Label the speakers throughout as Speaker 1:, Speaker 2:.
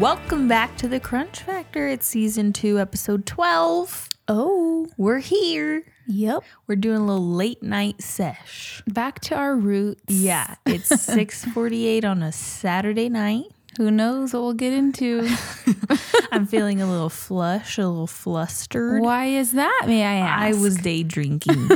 Speaker 1: Welcome back to the Crunch Factor. It's season two, episode 12.
Speaker 2: Oh,
Speaker 1: We're here.
Speaker 2: yep.
Speaker 1: We're doing a little late night sesh.
Speaker 2: Back to our roots.
Speaker 1: Yeah, it's 6:48 on a Saturday night.
Speaker 2: Who knows what we'll get into?
Speaker 1: I'm feeling a little flush, a little flustered.
Speaker 2: Why is that, may I ask?
Speaker 1: I was day drinking.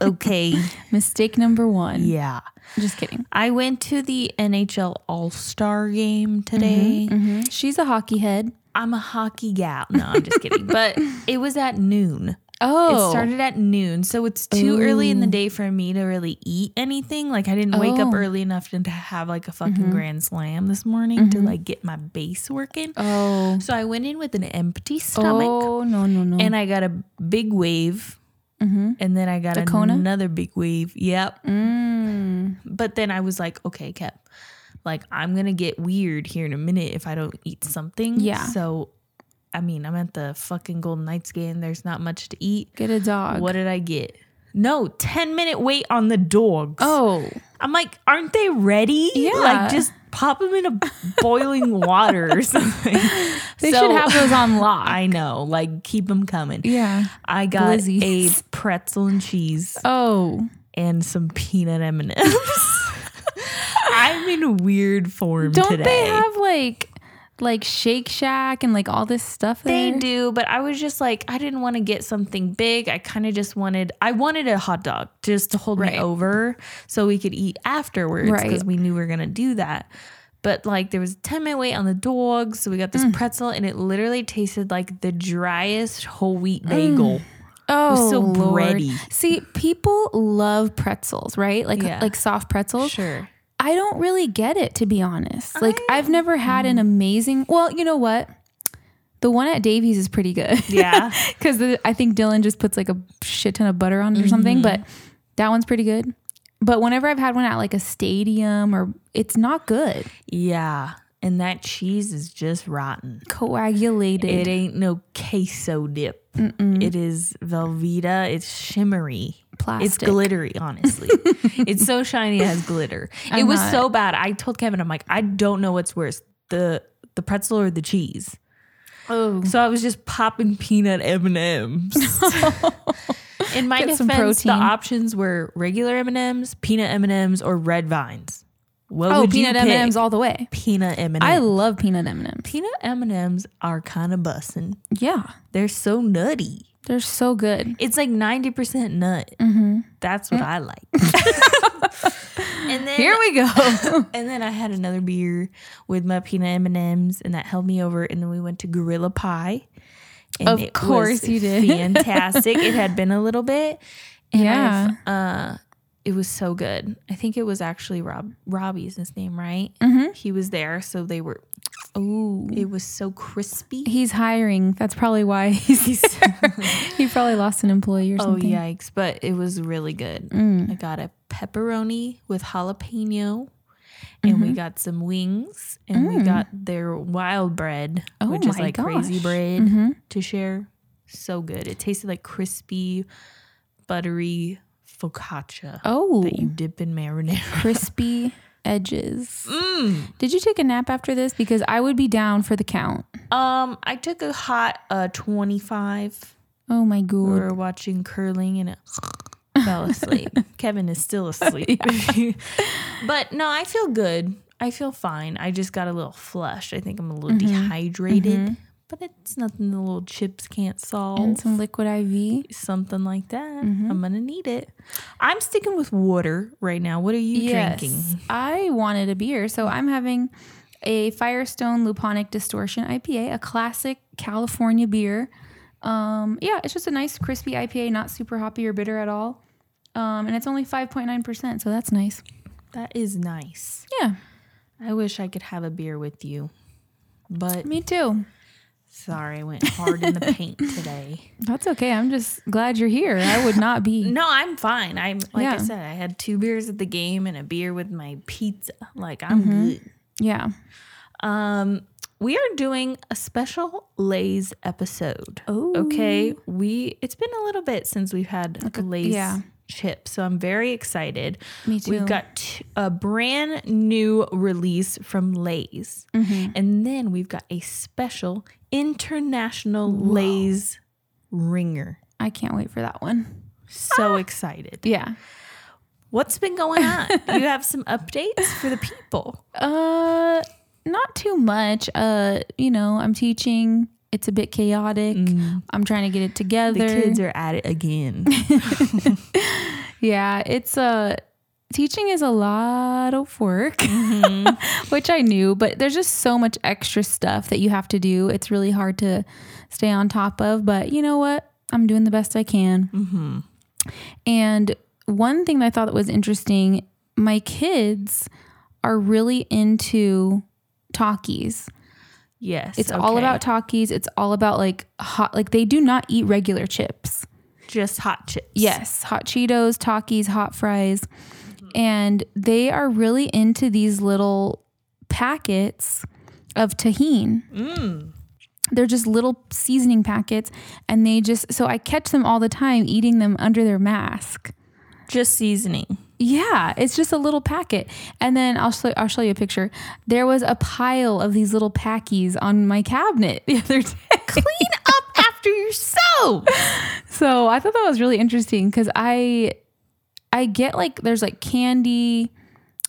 Speaker 1: okay.
Speaker 2: mistake number one.
Speaker 1: Yeah.
Speaker 2: Just kidding.
Speaker 1: I went to the NHL All-Star game today.
Speaker 2: mm-hmm. She's a hockey head.
Speaker 1: I'm a hockey gal. No, I'm just kidding. But it was at noon.
Speaker 2: Oh,
Speaker 1: It started at noon, so it's too early in the day for me to really eat anything. Like I didn't wake up
Speaker 2: Oh. Mm-hmm.
Speaker 1: early enough to to have like a fucking grand slam this morning to like get my base working.
Speaker 2: oh,
Speaker 1: So I went in with an empty stomach
Speaker 2: oh, no, no, no.
Speaker 1: and I got a big wave. And then I got
Speaker 2: Mm-hmm. Kona? Mm.
Speaker 1: another big wave. Yep. But then I was like, okay, Kep, like I'm gonna get weird here in a minute if I don't eat something.
Speaker 2: Yeah.
Speaker 1: So, I mean, I'm at the fucking Golden Knights game. There's not much to eat.
Speaker 2: get a dog.
Speaker 1: What did I get? No, 10 minute wait on the dogs.
Speaker 2: Oh,
Speaker 1: I'm like, aren't they ready?
Speaker 2: Yeah.
Speaker 1: Like, just pop them in a boiling water or something.
Speaker 2: they
Speaker 1: So-
Speaker 2: should have those on lock.
Speaker 1: I know. Like, keep them coming.
Speaker 2: yeah.
Speaker 1: I got
Speaker 2: Glizzies.
Speaker 1: a pretzel and cheese
Speaker 2: Oh,
Speaker 1: and some peanut M&Ms. I'm in weird form
Speaker 2: don't
Speaker 1: today.
Speaker 2: they have like like Shake Shack and like all this stuff?
Speaker 1: They
Speaker 2: there?
Speaker 1: do, but I was just like, I didn't want to get something big. I kind of just wanted, I wanted a hot dog just to hold me
Speaker 2: Right.
Speaker 1: over so we could eat afterwards because
Speaker 2: Right.
Speaker 1: we knew we were going to do that. But like there was a 10 minute wait on the dog. So we got
Speaker 2: Mm.
Speaker 1: this pretzel and it literally tasted like the driest whole wheat
Speaker 2: Mm,
Speaker 1: bagel.
Speaker 2: Oh,
Speaker 1: so
Speaker 2: Lord.
Speaker 1: bready.
Speaker 2: See, people love pretzels, right? Like
Speaker 1: Yeah.
Speaker 2: like soft pretzels.
Speaker 1: Sure.
Speaker 2: I don't really get it to be honest. Like I, have never had
Speaker 1: Mm.
Speaker 2: an amazing. Well, you know what? The one at Davies is pretty good.
Speaker 1: Yeah.
Speaker 2: because I think Dylan just puts like a shit ton of butter on it or something. But
Speaker 1: Mm-hmm.
Speaker 2: that one's pretty good. But whenever I've had one at like a stadium or it's not good,
Speaker 1: yeah. And that cheese is just rotten.
Speaker 2: coagulated.
Speaker 1: It ain't no queso dip. It is Velveeta. It's shimmery. It's
Speaker 2: Plastic.
Speaker 1: glittery, honestly. it's so shiny it has glitter. it was
Speaker 2: not-
Speaker 1: so bad. I told Kevin, I'm like, I don't know what's worse, the the pretzel or the cheese.
Speaker 2: oh,
Speaker 1: So I was just popping peanut M and M's. In my
Speaker 2: Get some
Speaker 1: defense, the
Speaker 2: protein.
Speaker 1: options were regular M and M's, peanut M and M's, or red vines. What
Speaker 2: oh,
Speaker 1: would you
Speaker 2: peanut M Ms
Speaker 1: pick? Mm.
Speaker 2: all the way.
Speaker 1: Peanut M and
Speaker 2: I
Speaker 1: M's.
Speaker 2: love peanut M Ms.
Speaker 1: Peanut M and M's are kind of bussin'.
Speaker 2: Yeah,
Speaker 1: They're so nutty.
Speaker 2: they're so good.
Speaker 1: It's like 90% nut.
Speaker 2: Mm-hmm.
Speaker 1: That's what I like. and then
Speaker 2: Mm. Here we go.
Speaker 1: and then I had another beer with my peanut M&Ms and that held me over and then we went to Gorilla Pie. And
Speaker 2: Of
Speaker 1: it
Speaker 2: course
Speaker 1: was
Speaker 2: you did.
Speaker 1: Fantastic. it had been a little bit and
Speaker 2: Yeah.
Speaker 1: I've, uh it was so good. I think it was actually Rob Robbie is his name, right?
Speaker 2: Mm-hmm.
Speaker 1: He was there so they were
Speaker 2: Ooh.
Speaker 1: it was so crispy.
Speaker 2: He's hiring. That's probably why he's there. he probably lost an employee or
Speaker 1: Oh
Speaker 2: something. Mm.
Speaker 1: yikes! But it was really good. I got a pepperoni with jalapeno, and
Speaker 2: Mm-hmm.
Speaker 1: we got some wings, and we got their wild bread,
Speaker 2: Mm. Oh
Speaker 1: which is
Speaker 2: my
Speaker 1: like crazy
Speaker 2: gosh. Mm-hmm.
Speaker 1: bread to share. So good! It tasted like crispy, buttery focaccia
Speaker 2: Oh,
Speaker 1: that you dip in marinara.
Speaker 2: crispy edges.
Speaker 1: Mm.
Speaker 2: Did you take a nap after this? Because I would be down for the count.
Speaker 1: Um, I took a hot uh twenty five.
Speaker 2: Oh my
Speaker 1: We
Speaker 2: god.
Speaker 1: were watching curling and it fell asleep. Kevin is still asleep. but no, I feel good. I feel fine. I just got a little flushed. I think I'm a little dehydrated, but it's nothing the little chips can't solve.
Speaker 2: And some liquid IV.
Speaker 1: Something like that. I'm going to need it. I'm sticking with water right now. What are you drinking?
Speaker 2: Yes. I wanted a beer, so I'm having a Firestone Luponic Distortion IPA, a classic California beer. Um, yeah, it's just a nice crispy IPA, not super hoppy or bitter at all. Um, and it's only 5.9%, so that's nice.
Speaker 1: That is nice.
Speaker 2: Yeah,
Speaker 1: I wish I could have a beer with you, but
Speaker 2: me too.
Speaker 1: sorry, I went hard in the paint today.
Speaker 2: That's okay. I'm just glad you're here. I would not be.
Speaker 1: No, I'm fine. I'm like I
Speaker 2: Yeah.
Speaker 1: said, I had two beers at the game and a beer with my pizza. Like I'm
Speaker 2: Mm-hmm.
Speaker 1: good.
Speaker 2: Yeah.
Speaker 1: Um, we are doing a special Lay's episode.
Speaker 2: Oh.
Speaker 1: Okay, we it's been a little bit since we've had a Lay's
Speaker 2: yeah.
Speaker 1: chip. So I'm very excited.
Speaker 2: Me too.
Speaker 1: We've got t- a brand new release from Lay's.
Speaker 2: Mm-hmm.
Speaker 1: And then we've got a special international Lay's ringer.
Speaker 2: I can't wait for that one. Ah.
Speaker 1: So excited.
Speaker 2: Yeah.
Speaker 1: What's been going on? you have some updates for the people.
Speaker 2: Uh, not too much. Uh, you know, I'm teaching. It's a bit chaotic. I'm trying to get it together.
Speaker 1: Mm. The kids are at it again.
Speaker 2: Yeah, it's uh, teaching is a lot of work, which I knew, but there's just so much extra stuff that you have to do. It's really hard to stay on top of, but you know what? I'm doing the best I can. And one thing that I thought that was interesting, my kids are really into talkies.
Speaker 1: yes.
Speaker 2: It's all
Speaker 1: okay.
Speaker 2: about talkies. It's all about like hot like they do not eat regular chips.
Speaker 1: just hot chips.
Speaker 2: Yes, hot Cheetos, Takis, hot fries. And they are really into these little packets of tahine. They're just little seasoning packets. And they just, so I catch them all the time eating them under their mask.
Speaker 1: Just seasoning.
Speaker 2: Yeah, it's just a little packet. And then I'll show, I'll show you a picture. There was a pile of these little packies on my cabinet the other day.
Speaker 1: Clean up after yourself.
Speaker 2: So I thought that was really interesting because I I get like there's like candy,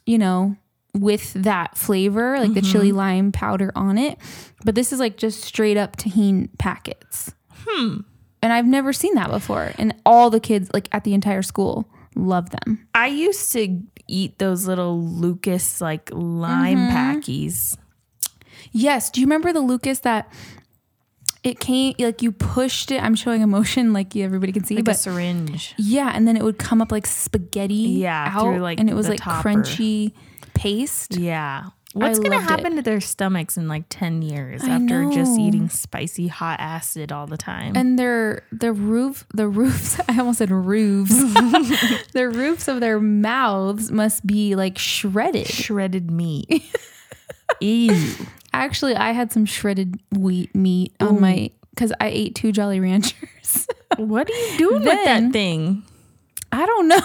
Speaker 2: you know, with that flavor, like the
Speaker 1: Mm-hmm.
Speaker 2: chili lime powder on it. But this is like just straight up tahine packets. Hmm. And I've never seen that before. And all the kids like at the entire school love them.
Speaker 1: I used to eat those little Lucas like lime packies.
Speaker 2: Yes. Do you remember the Lucas that it came like you pushed it? I'm showing emotion like you, everybody can see,
Speaker 1: Like
Speaker 2: but
Speaker 1: a syringe.
Speaker 2: Yeah, and then it would come up like spaghetti.
Speaker 1: Yeah,
Speaker 2: out,
Speaker 1: through, like,
Speaker 2: and it was
Speaker 1: the
Speaker 2: like
Speaker 1: topper.
Speaker 2: crunchy paste.
Speaker 1: Yeah. What's
Speaker 2: I
Speaker 1: gonna
Speaker 2: loved
Speaker 1: happen to their stomachs in like ten years
Speaker 2: I
Speaker 1: after just
Speaker 2: know.
Speaker 1: eating spicy hot acid all the time?
Speaker 2: And their the roof the roofs I almost said roofs the roofs of their mouths must be like shredded.
Speaker 1: shredded meat. Ew.
Speaker 2: Actually, I had some shredded wheat meat on my because I ate two Jolly Ranchers.
Speaker 1: What are you doing with
Speaker 2: Then-
Speaker 1: that thing?
Speaker 2: I don't know.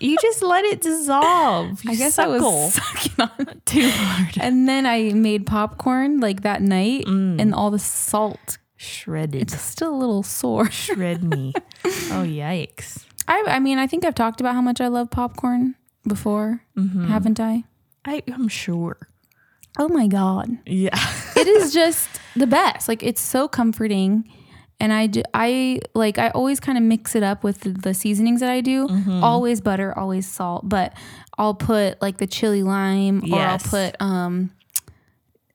Speaker 1: You just let it dissolve. You
Speaker 2: I guess I
Speaker 1: suckle.
Speaker 2: was sucking on it.
Speaker 1: too hard.
Speaker 2: And then I made popcorn like that night,
Speaker 1: Mm.
Speaker 2: and all the salt
Speaker 1: Shredded.
Speaker 2: it's still a little sore.
Speaker 1: Shred me. Oh yikes.
Speaker 2: I, I mean, I think I've talked about how much I love popcorn before, haven't I?
Speaker 1: I, I'm sure.
Speaker 2: Oh my God.
Speaker 1: Yeah.
Speaker 2: it is just the best. Like, it's so comforting. And I, ju- I like, I always kind of mix it up with the, the seasonings that I do. Always butter, always salt, but I'll put like the chili lime or I'll
Speaker 1: Yes.
Speaker 2: put um,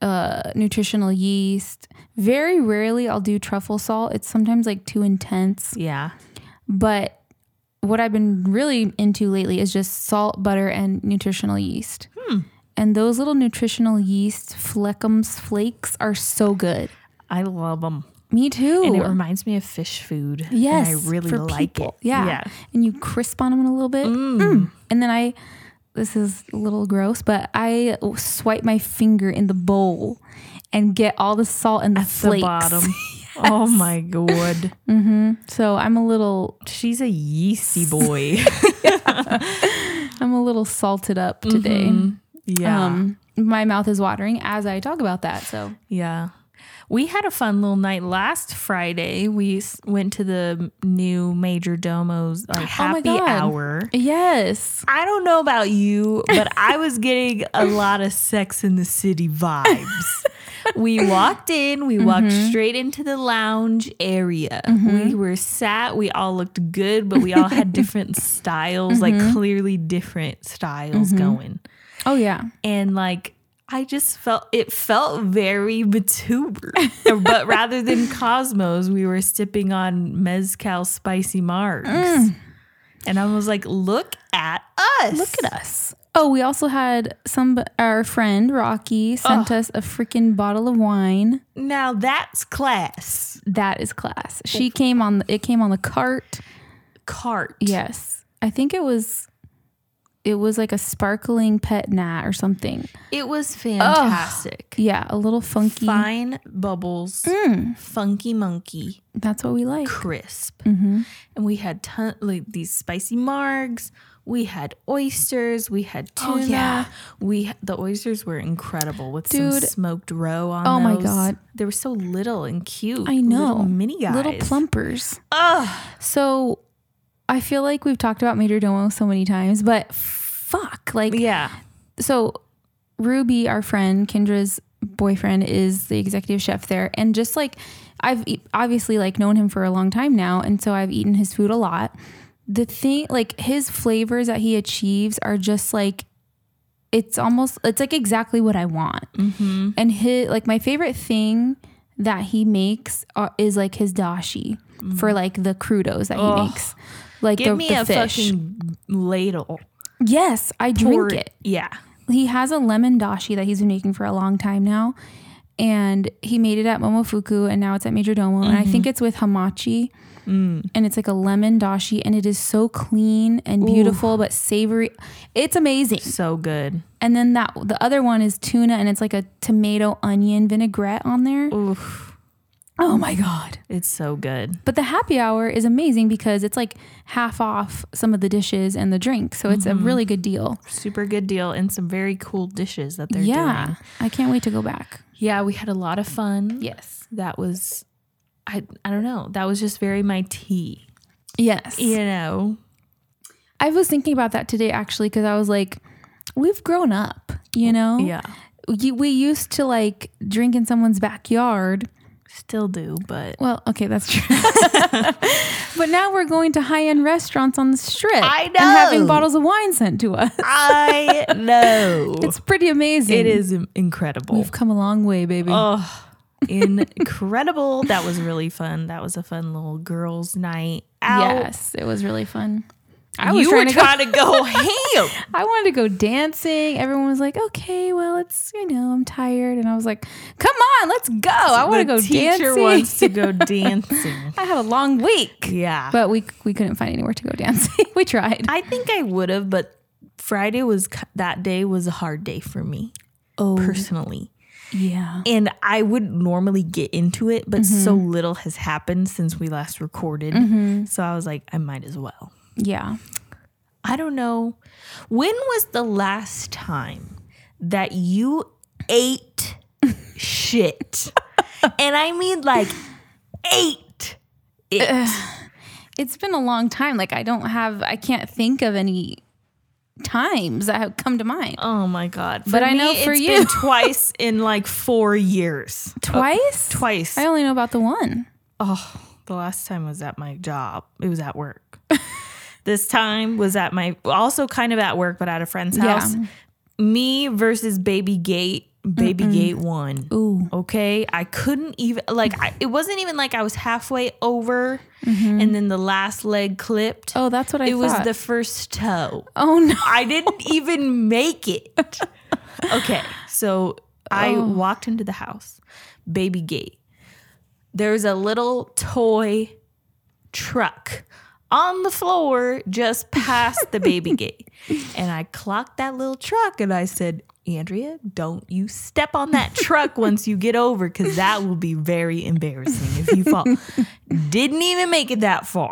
Speaker 2: uh, nutritional yeast. Very rarely I'll do truffle salt. It's sometimes like too intense.
Speaker 1: Yeah.
Speaker 2: But what I've been really into lately is just salt, butter, and nutritional yeast.
Speaker 1: Hmm.
Speaker 2: And those little nutritional yeast fleckums flakes are so good.
Speaker 1: I love them.
Speaker 2: Me too.
Speaker 1: And it reminds me of fish food.
Speaker 2: yes,
Speaker 1: And I really
Speaker 2: for
Speaker 1: like
Speaker 2: people.
Speaker 1: it.
Speaker 2: Yeah.
Speaker 1: Yeah.
Speaker 2: and you crisp on them a little bit. Mm. And then I, this is a little gross, but I swipe my finger in the bowl and get all the salt and the
Speaker 1: The
Speaker 2: flakes.
Speaker 1: bottom. Oh my God.
Speaker 2: So I'm a little,
Speaker 1: She's a yeasty boy.
Speaker 2: I'm a little salted up today.
Speaker 1: Mm-hmm. yeah.
Speaker 2: Um, my mouth is watering as I talk about that. So
Speaker 1: yeah. We had a fun little night last Friday. We s- went to the new Major Domo's like,
Speaker 2: Oh my
Speaker 1: happy
Speaker 2: God.
Speaker 1: hour.
Speaker 2: yes,
Speaker 1: I don't know about you, but I was getting a lot of sex in the city vibes. we walked in, we walked
Speaker 2: Mm-hmm.
Speaker 1: straight into the lounge area. We were sat, we all looked good, but we all had different styles,
Speaker 2: Mm-hmm.
Speaker 1: like clearly different styles going.
Speaker 2: oh yeah,
Speaker 1: And like, I just felt it felt very Batuber. but rather than Cosmos, we were sipping on Mezcal Spicy Margs. And I was like, look at us.
Speaker 2: Mm. look at us. Oh, we also had some. Our friend Rocky sent us a freaking bottle of wine.
Speaker 1: Now that's class.
Speaker 2: That is class. She came on. It came on the cart.
Speaker 1: Cart.
Speaker 2: Yes, I think it was it was like a sparkling pet nat or something.
Speaker 1: It was fantastic.
Speaker 2: Yeah, a little funky.
Speaker 1: Fine bubbles,
Speaker 2: Mm,
Speaker 1: funky monkey,
Speaker 2: that's what we like.
Speaker 1: crisp.
Speaker 2: Mhm.
Speaker 1: And we had ton like these spicy margs. We had oysters. We had tuna.
Speaker 2: Oh, yeah.
Speaker 1: We the oysters were incredible with some
Speaker 2: Dude.
Speaker 1: smoked roe on.
Speaker 2: Oh, my
Speaker 1: those.
Speaker 2: God.
Speaker 1: they were so little and cute.
Speaker 2: I know.
Speaker 1: little mini guys,
Speaker 2: Little plumpers.
Speaker 1: Ugh.
Speaker 2: So I feel like we've talked about Major Domo so many times, but fuck, like
Speaker 1: Yeah,
Speaker 2: so Ruby, our friend, Kendra's boyfriend, is the executive chef there. And just like I've e- obviously like known him for a long time now. And so I've eaten his food a lot. The thing, like his flavors that he achieves are just like, it's almost, it's like exactly what I want.
Speaker 1: mm-hmm.
Speaker 2: And his, like my favorite thing that he makes are, is like his dashi for like the crudos that he
Speaker 1: Mm. Ugh.
Speaker 2: makes. Like
Speaker 1: give
Speaker 2: the,
Speaker 1: me
Speaker 2: the
Speaker 1: a
Speaker 2: fish.
Speaker 1: fucking ladle.
Speaker 2: yes, I drink
Speaker 1: Or-
Speaker 2: it.
Speaker 1: Yeah,
Speaker 2: he has a lemon dashi that he's been making for a long time now. And he made it at Momofuku and now it's at Major Domo. And I think
Speaker 1: Mm-hmm.
Speaker 2: it's with Hamachi.
Speaker 1: Mm.
Speaker 2: And it's like a lemon dashi and it is so clean and beautiful but savory. It's amazing.
Speaker 1: so good.
Speaker 2: And then that the other one is tuna and it's like a tomato onion vinaigrette on there.
Speaker 1: Oof,
Speaker 2: Oh my god.
Speaker 1: it's so good.
Speaker 2: But the happy hour is amazing because it's like half off some of the dishes and the drink. So it's
Speaker 1: Mm-hmm.
Speaker 2: a really good deal.
Speaker 1: Super good deal and some very cool dishes that they're
Speaker 2: yeah.
Speaker 1: doing.
Speaker 2: I can't wait to go back.
Speaker 1: Yeah, we had a lot of fun.
Speaker 2: Yes.
Speaker 1: That was I I don't know. That was just very my tea.
Speaker 2: Yes.
Speaker 1: You know.
Speaker 2: I was thinking about that today actually because I was like, we've grown up, you know? You- We used to like drink in someone's backyard.
Speaker 1: Still do, but
Speaker 2: Well, okay, that's true. but now we're going to high end restaurants on the strip.
Speaker 1: I
Speaker 2: And having
Speaker 1: know.
Speaker 2: bottles of wine sent to us.
Speaker 1: I know.
Speaker 2: It's pretty amazing.
Speaker 1: it is im- incredible.
Speaker 2: We've come a long way, baby.
Speaker 1: Oh, incredible. That was really fun. That was a fun little girls' night out.
Speaker 2: yes, it was really fun. I
Speaker 1: I
Speaker 2: was
Speaker 1: you
Speaker 2: trying
Speaker 1: were
Speaker 2: to go.
Speaker 1: trying to go ham.
Speaker 2: I wanted to go dancing. Everyone was like, "Okay, well, it's you know, I'm tired," and I was like, "Come on, let's go! I want to
Speaker 1: The
Speaker 2: go
Speaker 1: teacher
Speaker 2: dancing."
Speaker 1: wants to go dancing.
Speaker 2: I had a long week.
Speaker 1: Yeah.
Speaker 2: But we we couldn't find anywhere to go dancing. we tried.
Speaker 1: I think I would have, but Friday was ki- that day was a hard day for me
Speaker 2: Oh
Speaker 1: personally.
Speaker 2: yeah.
Speaker 1: And I would normally get into it, but so
Speaker 2: Mm-hmm.
Speaker 1: little has happened since we last recorded. So I was like, I might as well.
Speaker 2: Yeah.
Speaker 1: I don't know. When was the last time that you ate shit? And I mean, like, ate it.
Speaker 2: It's been a long time. Like I don't have I can't think of any times that have come to mind.
Speaker 1: Oh my God. For
Speaker 2: But I know
Speaker 1: me,
Speaker 2: for
Speaker 1: it's
Speaker 2: you.
Speaker 1: been twice in like four years.
Speaker 2: Twice?
Speaker 1: Twice.
Speaker 2: I only know about the one.
Speaker 1: Oh, the last time was at my job. It was at work. this time was at my also kind of at work, but at a friend's
Speaker 2: Yeah.
Speaker 1: house. Me versus Baby Gate. Baby Gate won.
Speaker 2: Ooh.
Speaker 1: Okay, I couldn't even like. I, it wasn't even like I was halfway over, and then the last leg clipped.
Speaker 2: Mm-hmm. Oh, that's what I
Speaker 1: it was
Speaker 2: thought.
Speaker 1: the first toe.
Speaker 2: Oh no.
Speaker 1: I didn't even make it. Okay, so I walked into the house, baby gate. There's a little toy truck on the floor just past the baby gate. And I clocked that little truck and I said, Andrea, don't you step on that truck once you get over because that will be very embarrassing if you fall. Didn't even make it that far.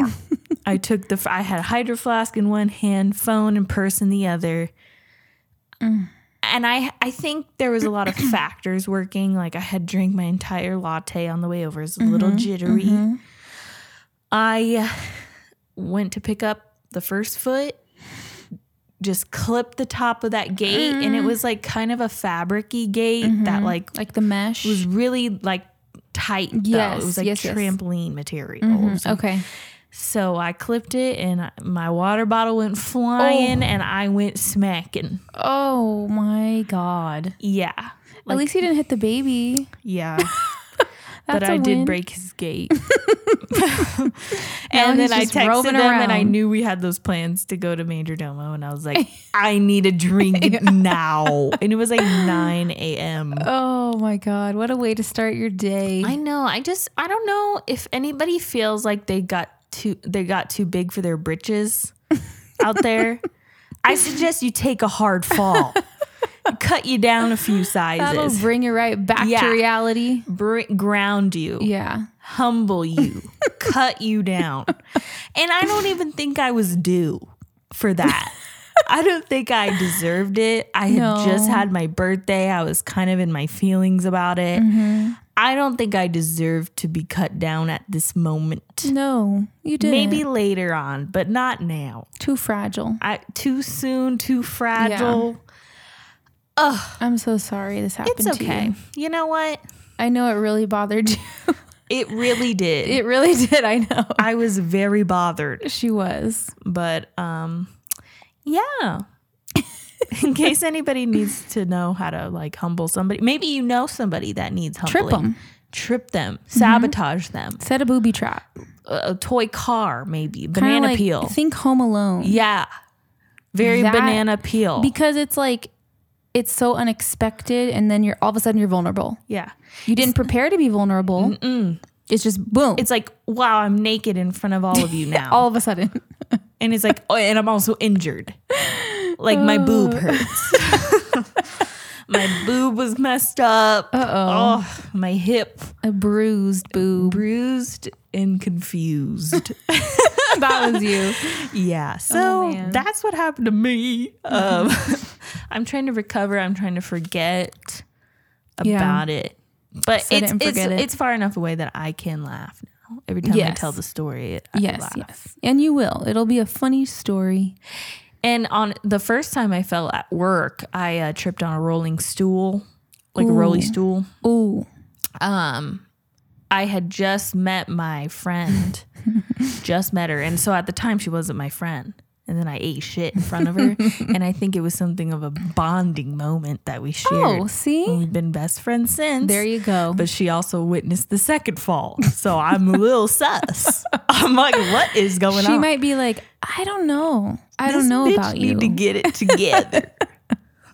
Speaker 1: I took the, I had a hydro flask in one hand, phone and purse in the other and I I think there was a lot of factors working. Like I had drank my entire latte on the way over. It was a little
Speaker 2: Mm-hmm,
Speaker 1: jittery. I went to pick up the first foot, just clipped the top of that gate, and
Speaker 2: Mm.
Speaker 1: it was like kind of a fabricy gate
Speaker 2: Mm-hmm.
Speaker 1: that like
Speaker 2: Like the mesh.
Speaker 1: was really like tight. Though.
Speaker 2: Yes,
Speaker 1: it was like
Speaker 2: yes, yes.
Speaker 1: trampoline material.
Speaker 2: Mhm.
Speaker 1: So
Speaker 2: Okay.
Speaker 1: so I clipped it, and I- my water bottle went flying, and I went smacking.
Speaker 2: Oh my god.
Speaker 1: Yeah.
Speaker 2: At least he didn't hit the baby.
Speaker 1: Yeah.
Speaker 2: That's
Speaker 1: but I
Speaker 2: a
Speaker 1: did
Speaker 2: win.
Speaker 1: break his gate.
Speaker 2: Now
Speaker 1: and
Speaker 2: he's
Speaker 1: then I
Speaker 2: just
Speaker 1: texted
Speaker 2: roving
Speaker 1: them and I
Speaker 2: around.
Speaker 1: knew we had those plans to go to Major Domo and I was like, I need a drink now. And it was like 9 a.m.
Speaker 2: Oh my god. What a way to start your day.
Speaker 1: I know. I just I don't know if anybody feels like they got too they got too big for their britches out there. I suggest you take a hard fall, cut you down a few
Speaker 2: That'll
Speaker 1: sizes,
Speaker 2: bring you right back
Speaker 1: Yeah.
Speaker 2: to reality.
Speaker 1: br- ground you,
Speaker 2: Yeah.
Speaker 1: humble you, cut you down. And I don't even think I was due for that. I don't think I deserved it. I had
Speaker 2: No.
Speaker 1: just had my birthday. I was kind of in my feelings about it.
Speaker 2: Mm-hmm.
Speaker 1: I don't think I deserved to be cut down at this moment.
Speaker 2: No, you didn't.
Speaker 1: Maybe later on, but not now.
Speaker 2: too fragile.
Speaker 1: I too soon, too fragile. Ugh,
Speaker 2: I'm so sorry this happened
Speaker 1: it's
Speaker 2: to
Speaker 1: okay.
Speaker 2: you.
Speaker 1: You know what?
Speaker 2: I know it really bothered you.
Speaker 1: It really did.
Speaker 2: it really did. I know.
Speaker 1: I was very bothered,
Speaker 2: She was.
Speaker 1: but um, yeah. In case anybody needs to know how to like humble somebody, maybe you know somebody that needs humbling.
Speaker 2: Trip them. Mm-hmm.
Speaker 1: Trip them, sabotage them.
Speaker 2: Set a booby trap.
Speaker 1: A, a toy car, maybe
Speaker 2: Kinda
Speaker 1: banana
Speaker 2: like,
Speaker 1: peel.
Speaker 2: Think Home Alone.
Speaker 1: Yeah. Very
Speaker 2: That-
Speaker 1: banana peel.
Speaker 2: Because it's like, it's so unexpected, and then you're all of a sudden you're vulnerable.
Speaker 1: yeah.
Speaker 2: You didn't prepare to be vulnerable. It's just boom.
Speaker 1: It's like, wow, I'm naked in front of all of you now.
Speaker 2: all of a sudden.
Speaker 1: and it's like, oh, and I'm also injured. Like my boob
Speaker 2: Uh.
Speaker 1: hurts. my boob was messed up.
Speaker 2: Uh-oh.
Speaker 1: Oh, my hip
Speaker 2: a bruised boob.
Speaker 1: bruised and confused.
Speaker 2: that was you.
Speaker 1: yeah. So
Speaker 2: Oh, man.
Speaker 1: that's what happened to me. Um, I'm trying to recover. I'm trying to forget
Speaker 2: Yeah.
Speaker 1: about it. But
Speaker 2: Set it
Speaker 1: it's
Speaker 2: and
Speaker 1: it's,
Speaker 2: forget it.
Speaker 1: it's far enough away that I can laugh now. Every time I
Speaker 2: Yes.
Speaker 1: tell the story, it, I
Speaker 2: Yes,
Speaker 1: laugh.
Speaker 2: yes. And you will. It'll be a funny story.
Speaker 1: And on the first time I fell at work, I uh, tripped on a rolling stool, like a rolly stool.
Speaker 2: Ooh.
Speaker 1: Um, I had just met my friend, just met her, and so at the time she wasn't my friend. And then I ate shit in front of her, and I think it was something of a bonding moment that we shared.
Speaker 2: Oh,
Speaker 1: And
Speaker 2: see?
Speaker 1: We've been best friends since.
Speaker 2: There you go.
Speaker 1: But she also witnessed the second fall, so I'm a little sus. I'm like, what is going
Speaker 2: she
Speaker 1: on?
Speaker 2: might be like, I don't know. I
Speaker 1: This
Speaker 2: don't know
Speaker 1: bitch
Speaker 2: about you.
Speaker 1: Need to get it together.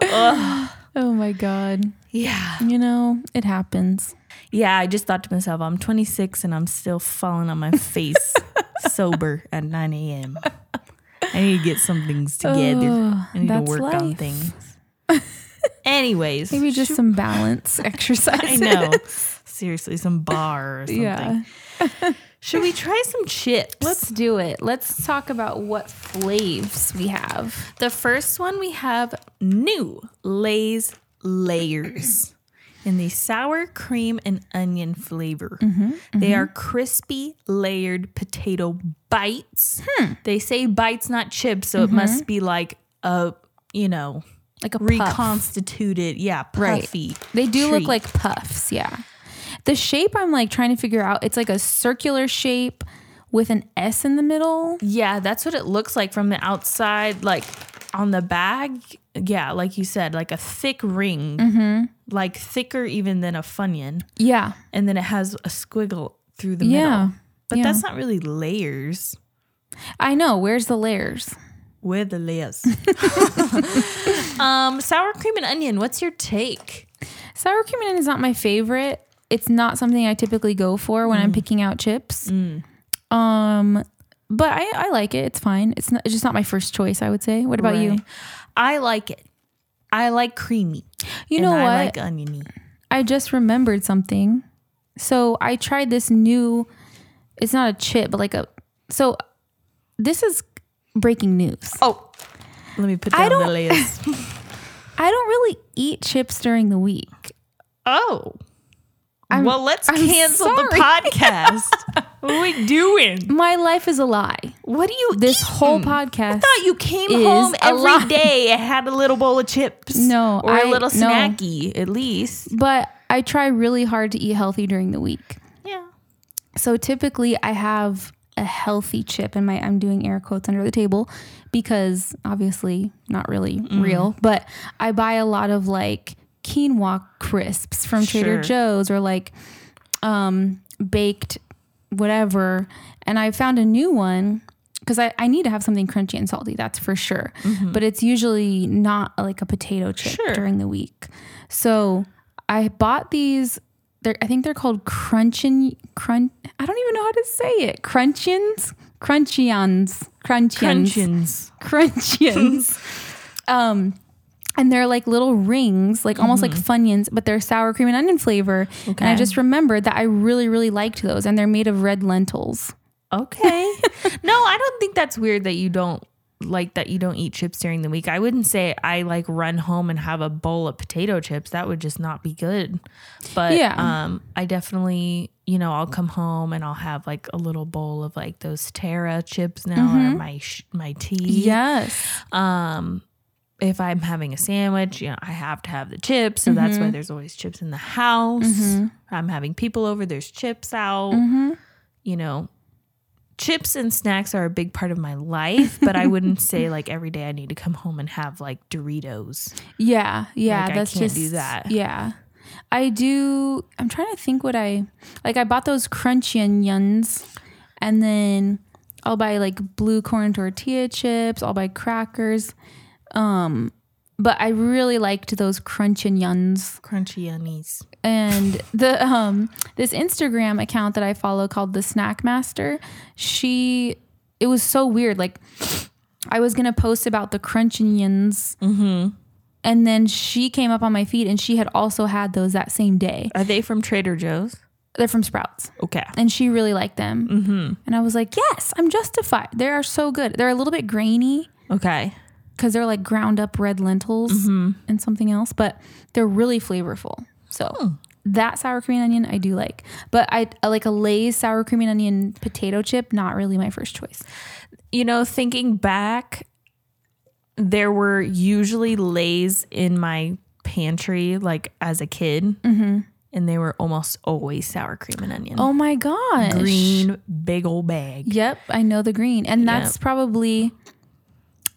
Speaker 1: Ugh.
Speaker 2: oh my God.
Speaker 1: Yeah.
Speaker 2: You know, it happens.
Speaker 1: Yeah, I just thought to myself, I'm 26 and I'm still falling on my face sober at 9 a.m. I need to get some things together.
Speaker 2: Oh,
Speaker 1: I need to
Speaker 2: that's
Speaker 1: work on
Speaker 2: life.
Speaker 1: things. Anyways,
Speaker 2: Maybe just some balance exercise.
Speaker 1: I know. Seriously, some bar or something.
Speaker 2: Yeah.
Speaker 1: Should we try some chips?
Speaker 2: Let's do it. Let's talk about what flaves we have.
Speaker 1: The first one we have new Lay's Layers in the sour cream and onion flavor.
Speaker 2: Mm-hmm,
Speaker 1: They are crispy layered potato bites.
Speaker 2: Hmm.
Speaker 1: They say bites, not chips, so it must be like a you know
Speaker 2: Like Mm-hmm. a puff.
Speaker 1: reconstituted, yeah,
Speaker 2: Right.
Speaker 1: puffy.
Speaker 2: They do
Speaker 1: treat.
Speaker 2: look like puffs, yeah. The shape I'm like trying to figure out, it's like a circular shape with an S in the middle.
Speaker 1: Yeah, that's what it looks like from the outside, like on the bag. Yeah, like you said, like a thick ring,
Speaker 2: Mm-hmm.
Speaker 1: like thicker even than a funyun.
Speaker 2: Yeah.
Speaker 1: and then it has a squiggle through the
Speaker 2: Yeah.
Speaker 1: middle. But
Speaker 2: Yeah.
Speaker 1: that's not really layers.
Speaker 2: I know. Where's the layers?
Speaker 1: Where the layers? um, sour cream and onion. What's your take?
Speaker 2: Sour cream and onion is not my favorite. It's not something I typically go for when I'm
Speaker 1: Mm.
Speaker 2: picking out chips. Um, but I, I like it. It's fine. It's, not, it's just not my first choice, I would say. What about you?
Speaker 1: Right. I like it. I like creamy.
Speaker 2: You
Speaker 1: and
Speaker 2: know
Speaker 1: I like
Speaker 2: what?
Speaker 1: oniony.
Speaker 2: I just remembered something. So I tried this new, it's not a chip, but like a, so this is breaking news.
Speaker 1: Oh, let me put
Speaker 2: I
Speaker 1: down the
Speaker 2: don't-
Speaker 1: layers.
Speaker 2: I don't really eat chips during the week.
Speaker 1: oh, well, let's
Speaker 2: I'm
Speaker 1: cancel the
Speaker 2: sorry.
Speaker 1: podcast. what are we doing?
Speaker 2: My life is a lie.
Speaker 1: What do you?
Speaker 2: This whole
Speaker 1: eating? I
Speaker 2: podcast.
Speaker 1: thought you came
Speaker 2: is
Speaker 1: home
Speaker 2: a
Speaker 1: every
Speaker 2: lie.
Speaker 1: day and had a little bowl of chips.
Speaker 2: No,
Speaker 1: or a
Speaker 2: I-
Speaker 1: little
Speaker 2: no.
Speaker 1: snacky at least.
Speaker 2: but I try really hard to eat healthy during the week.
Speaker 1: Yeah.
Speaker 2: So typically I have a healthy chip and my I'm doing air quotes under the table because obviously not really real, but I buy a lot of like quinoa crisps from
Speaker 1: Sure.
Speaker 2: Trader Joe's or like um baked whatever. And I found a new one because I, I need to have something crunchy and salty, that's for sure. But it's usually not like a potato chip
Speaker 1: Sure.
Speaker 2: during the week. So I bought these. They're, I think they're called Crunchin Crunch. I don't even know how to say it. Crunchins, Crunchions. crunchians,
Speaker 1: Crunchins.
Speaker 2: crunchians. um, and they're like little rings, like almost like funyuns, but they're sour cream and onion flavor. And I
Speaker 1: Mm-hmm. Okay.
Speaker 2: just remembered that I really, really liked those, and they're made of red lentils.
Speaker 1: Okay. no, I don't think that's weird that you don't like that you don't eat chips during the week. I wouldn't say I like run home and have a bowl of potato chips. That would just not be good. But
Speaker 2: Yeah.
Speaker 1: um I definitely, you know, I'll come home and I'll have like a little bowl of like those Terra chips now or my sh- my tea.
Speaker 2: Yes.
Speaker 1: Um if I'm having a sandwich, you know, I have to have the chips. So that's why there's always chips in the house. I'm having people over, there's chips out
Speaker 2: Mm-hmm.
Speaker 1: you know, chips and snacks are a big part of my life, but I wouldn't say like every day I need to come home and have like Doritos.
Speaker 2: Yeah, yeah,
Speaker 1: Like, I
Speaker 2: that's
Speaker 1: can't
Speaker 2: just
Speaker 1: do that.
Speaker 2: Yeah, I do. I'm trying to think what I like. I bought those crunchy onions, and then I'll buy like blue corn tortilla chips. I'll buy crackers. Um, but I really liked those crunch onions
Speaker 1: Crunchy onies.
Speaker 2: and the um this Instagram account that I follow called the Snack Master, she it was so weird. Like I was gonna post about the crunch onions, and then she came up on my feed, and she had also had those that same day.
Speaker 1: Are they from Trader Joe's?
Speaker 2: They're from Sprouts,
Speaker 1: Okay.
Speaker 2: and she really liked them. Mm-hmm. And I was like, yes, I'm justified. They are so good. They're a little bit grainy
Speaker 1: Okay.
Speaker 2: because they're like ground up red lentils
Speaker 1: Mm-hmm.
Speaker 2: and something else, but they're really flavorful. So that sour cream and onion I do like, but I, I like a Lay's sour cream and onion potato chip. Not really my first choice.
Speaker 1: You know, thinking back, there were usually Lays in my pantry like as a kid, and they were almost always sour cream and onion.
Speaker 2: Mm-hmm. Oh my gosh!
Speaker 1: Green, big old bag.
Speaker 2: Yep, I know the green, and that's probably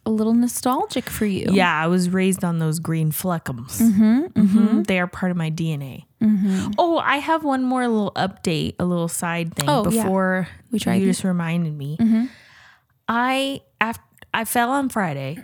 Speaker 2: a little nostalgic for you.
Speaker 1: Yeah, I was raised on those green fleckums.
Speaker 2: Mm-hmm,
Speaker 1: Mhm. They are part of my DNA. Oh, I have one more little update, a little side thing
Speaker 2: Oh, yeah.
Speaker 1: before
Speaker 2: We tried Mm-hmm.
Speaker 1: you
Speaker 2: these.
Speaker 1: just reminded me. I after I fell on Friday.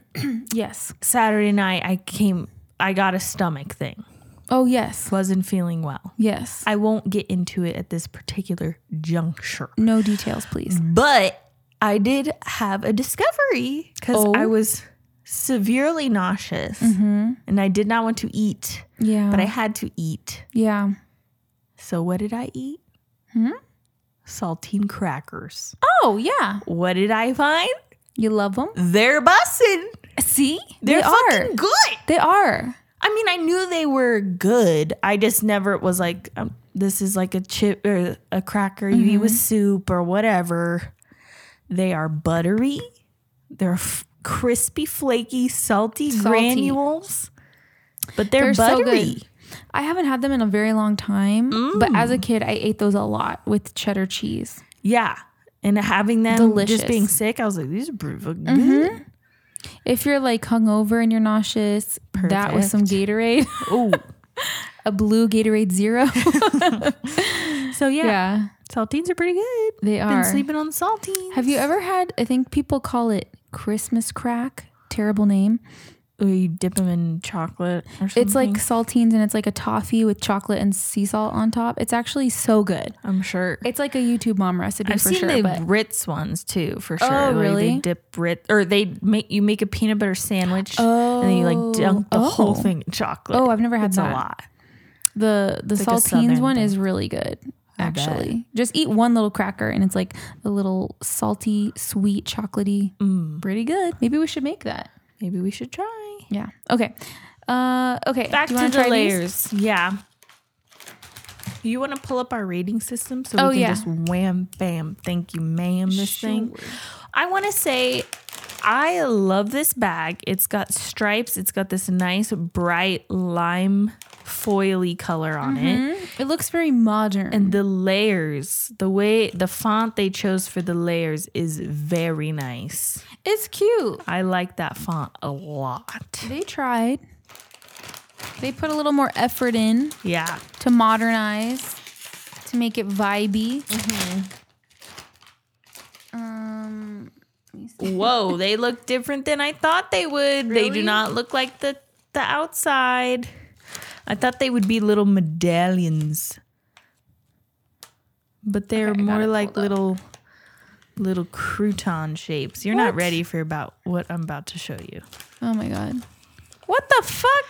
Speaker 2: Yes.
Speaker 1: Saturday night I came I got a stomach thing.
Speaker 2: Oh yes.
Speaker 1: Wasn't feeling well.
Speaker 2: Yes.
Speaker 1: I won't get into it at this particular juncture.
Speaker 2: No details, please.
Speaker 1: But I did have a discovery because
Speaker 2: Oh. Mm-hmm.
Speaker 1: I was severely nauseous and I did not want to eat,
Speaker 2: Yeah.
Speaker 1: Mm-hmm. but I had to eat.
Speaker 2: yeah.
Speaker 1: So, what did I eat?
Speaker 2: Hmm?
Speaker 1: Saltine crackers.
Speaker 2: Oh yeah.
Speaker 1: What did I find?
Speaker 2: You love them.
Speaker 1: They're bussin'.
Speaker 2: See,
Speaker 1: They're
Speaker 2: they are.
Speaker 1: fucking good.
Speaker 2: They are.
Speaker 1: I mean, I knew they were good. I just never was like, um, this is like a chip or a cracker you
Speaker 2: Mm-hmm.
Speaker 1: eat with soup or whatever. They are buttery. They're f- crispy, flaky, salty,
Speaker 2: Salty.
Speaker 1: granules. But they're,
Speaker 2: They're so
Speaker 1: buttery.
Speaker 2: good. I haven't had them in a very long time, but as a
Speaker 1: Mm.
Speaker 2: kid, I ate those a lot with cheddar cheese.
Speaker 1: yeah. And having them
Speaker 2: Delicious. Mm-hmm.
Speaker 1: just being sick, I was like, these are pretty fucking good.
Speaker 2: If you're like hungover and you're nauseous, that was some Gatorade,
Speaker 1: Oh,
Speaker 2: a blue Gatorade Zero.
Speaker 1: so yeah,
Speaker 2: yeah,
Speaker 1: saltines are pretty good.
Speaker 2: they are.
Speaker 1: Been sleeping on the saltines.
Speaker 2: Have you ever had? I think people call it Christmas crack. Terrible name.
Speaker 1: Or you dip them in chocolate or something?
Speaker 2: It's like saltines and it's like a toffee with chocolate and sea salt on top. It's actually so good.
Speaker 1: I'm sure.
Speaker 2: It's like a YouTube mom recipe
Speaker 1: I've
Speaker 2: for
Speaker 1: seen
Speaker 2: sure.
Speaker 1: the
Speaker 2: but
Speaker 1: Ritz ones too, for sure.
Speaker 2: Oh,
Speaker 1: Like,
Speaker 2: really?
Speaker 1: they dip Ritz, or they make you make a peanut butter sandwich, and then you like dunk the
Speaker 2: Oh.
Speaker 1: whole thing in chocolate.
Speaker 2: Oh, I've never had
Speaker 1: it's
Speaker 2: that.
Speaker 1: a lot.
Speaker 2: The the
Speaker 1: like a
Speaker 2: saltines
Speaker 1: southern
Speaker 2: one
Speaker 1: thing.
Speaker 2: is really
Speaker 1: bet.
Speaker 2: good. Actually, just eat one little cracker and it's like a little salty, sweet, chocolatey.
Speaker 1: Mm.
Speaker 2: Pretty good. Maybe we should make that.
Speaker 1: Maybe we should try.
Speaker 2: Yeah. Okay. Uh, okay.
Speaker 1: Back
Speaker 2: Do you
Speaker 1: to
Speaker 2: wanna
Speaker 1: the
Speaker 2: try these?
Speaker 1: layers. Yeah. You want to pull up our rating system so
Speaker 2: Oh,
Speaker 1: we can
Speaker 2: yeah.
Speaker 1: just wham bam, thank you, ma'am, this thing. I want to say I love this bag. It's got stripes. It's got this nice bright lime foily color on it.
Speaker 2: Mhm. It looks very modern.
Speaker 1: And the layers, the way the font they chose for the layers is very nice.
Speaker 2: it's cute.
Speaker 1: I like that font a lot.
Speaker 2: They tried. They put a little more effort in
Speaker 1: Yeah.
Speaker 2: to modernize, to make it vibey.
Speaker 1: Mm-hmm.
Speaker 2: Um,
Speaker 1: Whoa, they look different than I thought they would. They
Speaker 2: Really?
Speaker 1: do not look like the the outside. I thought they would be little medallions. But they're
Speaker 2: Okay, I got
Speaker 1: more
Speaker 2: it
Speaker 1: like
Speaker 2: pulled up.
Speaker 1: little little crouton shapes. You're not
Speaker 2: What?
Speaker 1: ready for about what I'm about to show you.
Speaker 2: Oh my god. What the fuck?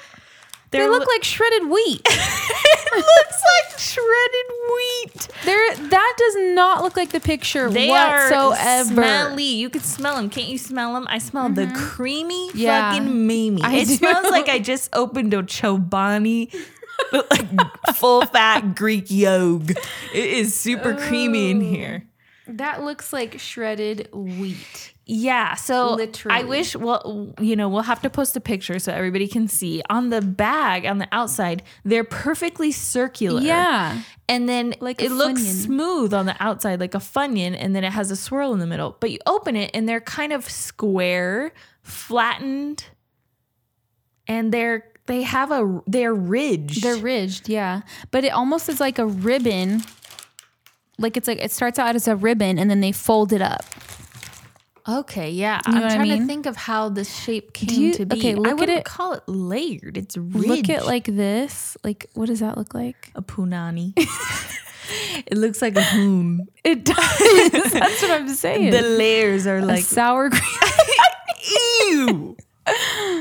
Speaker 1: They're
Speaker 2: they look
Speaker 1: li-
Speaker 2: like shredded wheat.
Speaker 1: it looks like shredded wheat.
Speaker 2: There, that does not look like the picture
Speaker 1: They are
Speaker 2: whatsoever. Mm-hmm.
Speaker 1: smelly. You can smell them. Can't you smell them? I smell the creamy
Speaker 2: Yeah.
Speaker 1: fucking Mimi.
Speaker 2: I
Speaker 1: it
Speaker 2: do.
Speaker 1: smells like I just opened a Chobani like full fat Greek yog. It is super creamy
Speaker 2: Oh.
Speaker 1: in here.
Speaker 2: That looks like shredded wheat.
Speaker 1: Yeah, so I
Speaker 2: Literally.
Speaker 1: wish well you know, we'll have to post a picture so everybody can see. On the bag on the outside, they're perfectly circular.
Speaker 2: Yeah.
Speaker 1: And then
Speaker 2: Like a
Speaker 1: it looks
Speaker 2: Funyun.
Speaker 1: smooth on the outside like a funyun and then it has a swirl in the middle. But you open it and they're kind of square, flattened, and they're they have a they're ridged.
Speaker 2: They're ridged, yeah. But it almost is like a ribbon. Like it's like it starts out as a ribbon and then they fold it up.
Speaker 1: okay, yeah.
Speaker 2: You know
Speaker 1: I'm
Speaker 2: what I
Speaker 1: trying to
Speaker 2: mean?
Speaker 1: think of how this shape came
Speaker 2: you-
Speaker 1: to be.
Speaker 2: okay, look
Speaker 1: I
Speaker 2: at
Speaker 1: wouldn't
Speaker 2: it-
Speaker 1: call it layered. It's ridged.
Speaker 2: Look at like this. Like what does that look like?
Speaker 1: a punani. it looks like a hoon.
Speaker 2: It does. That's what I'm saying.
Speaker 1: The layers are
Speaker 2: like
Speaker 1: like
Speaker 2: sour cream.
Speaker 1: ew.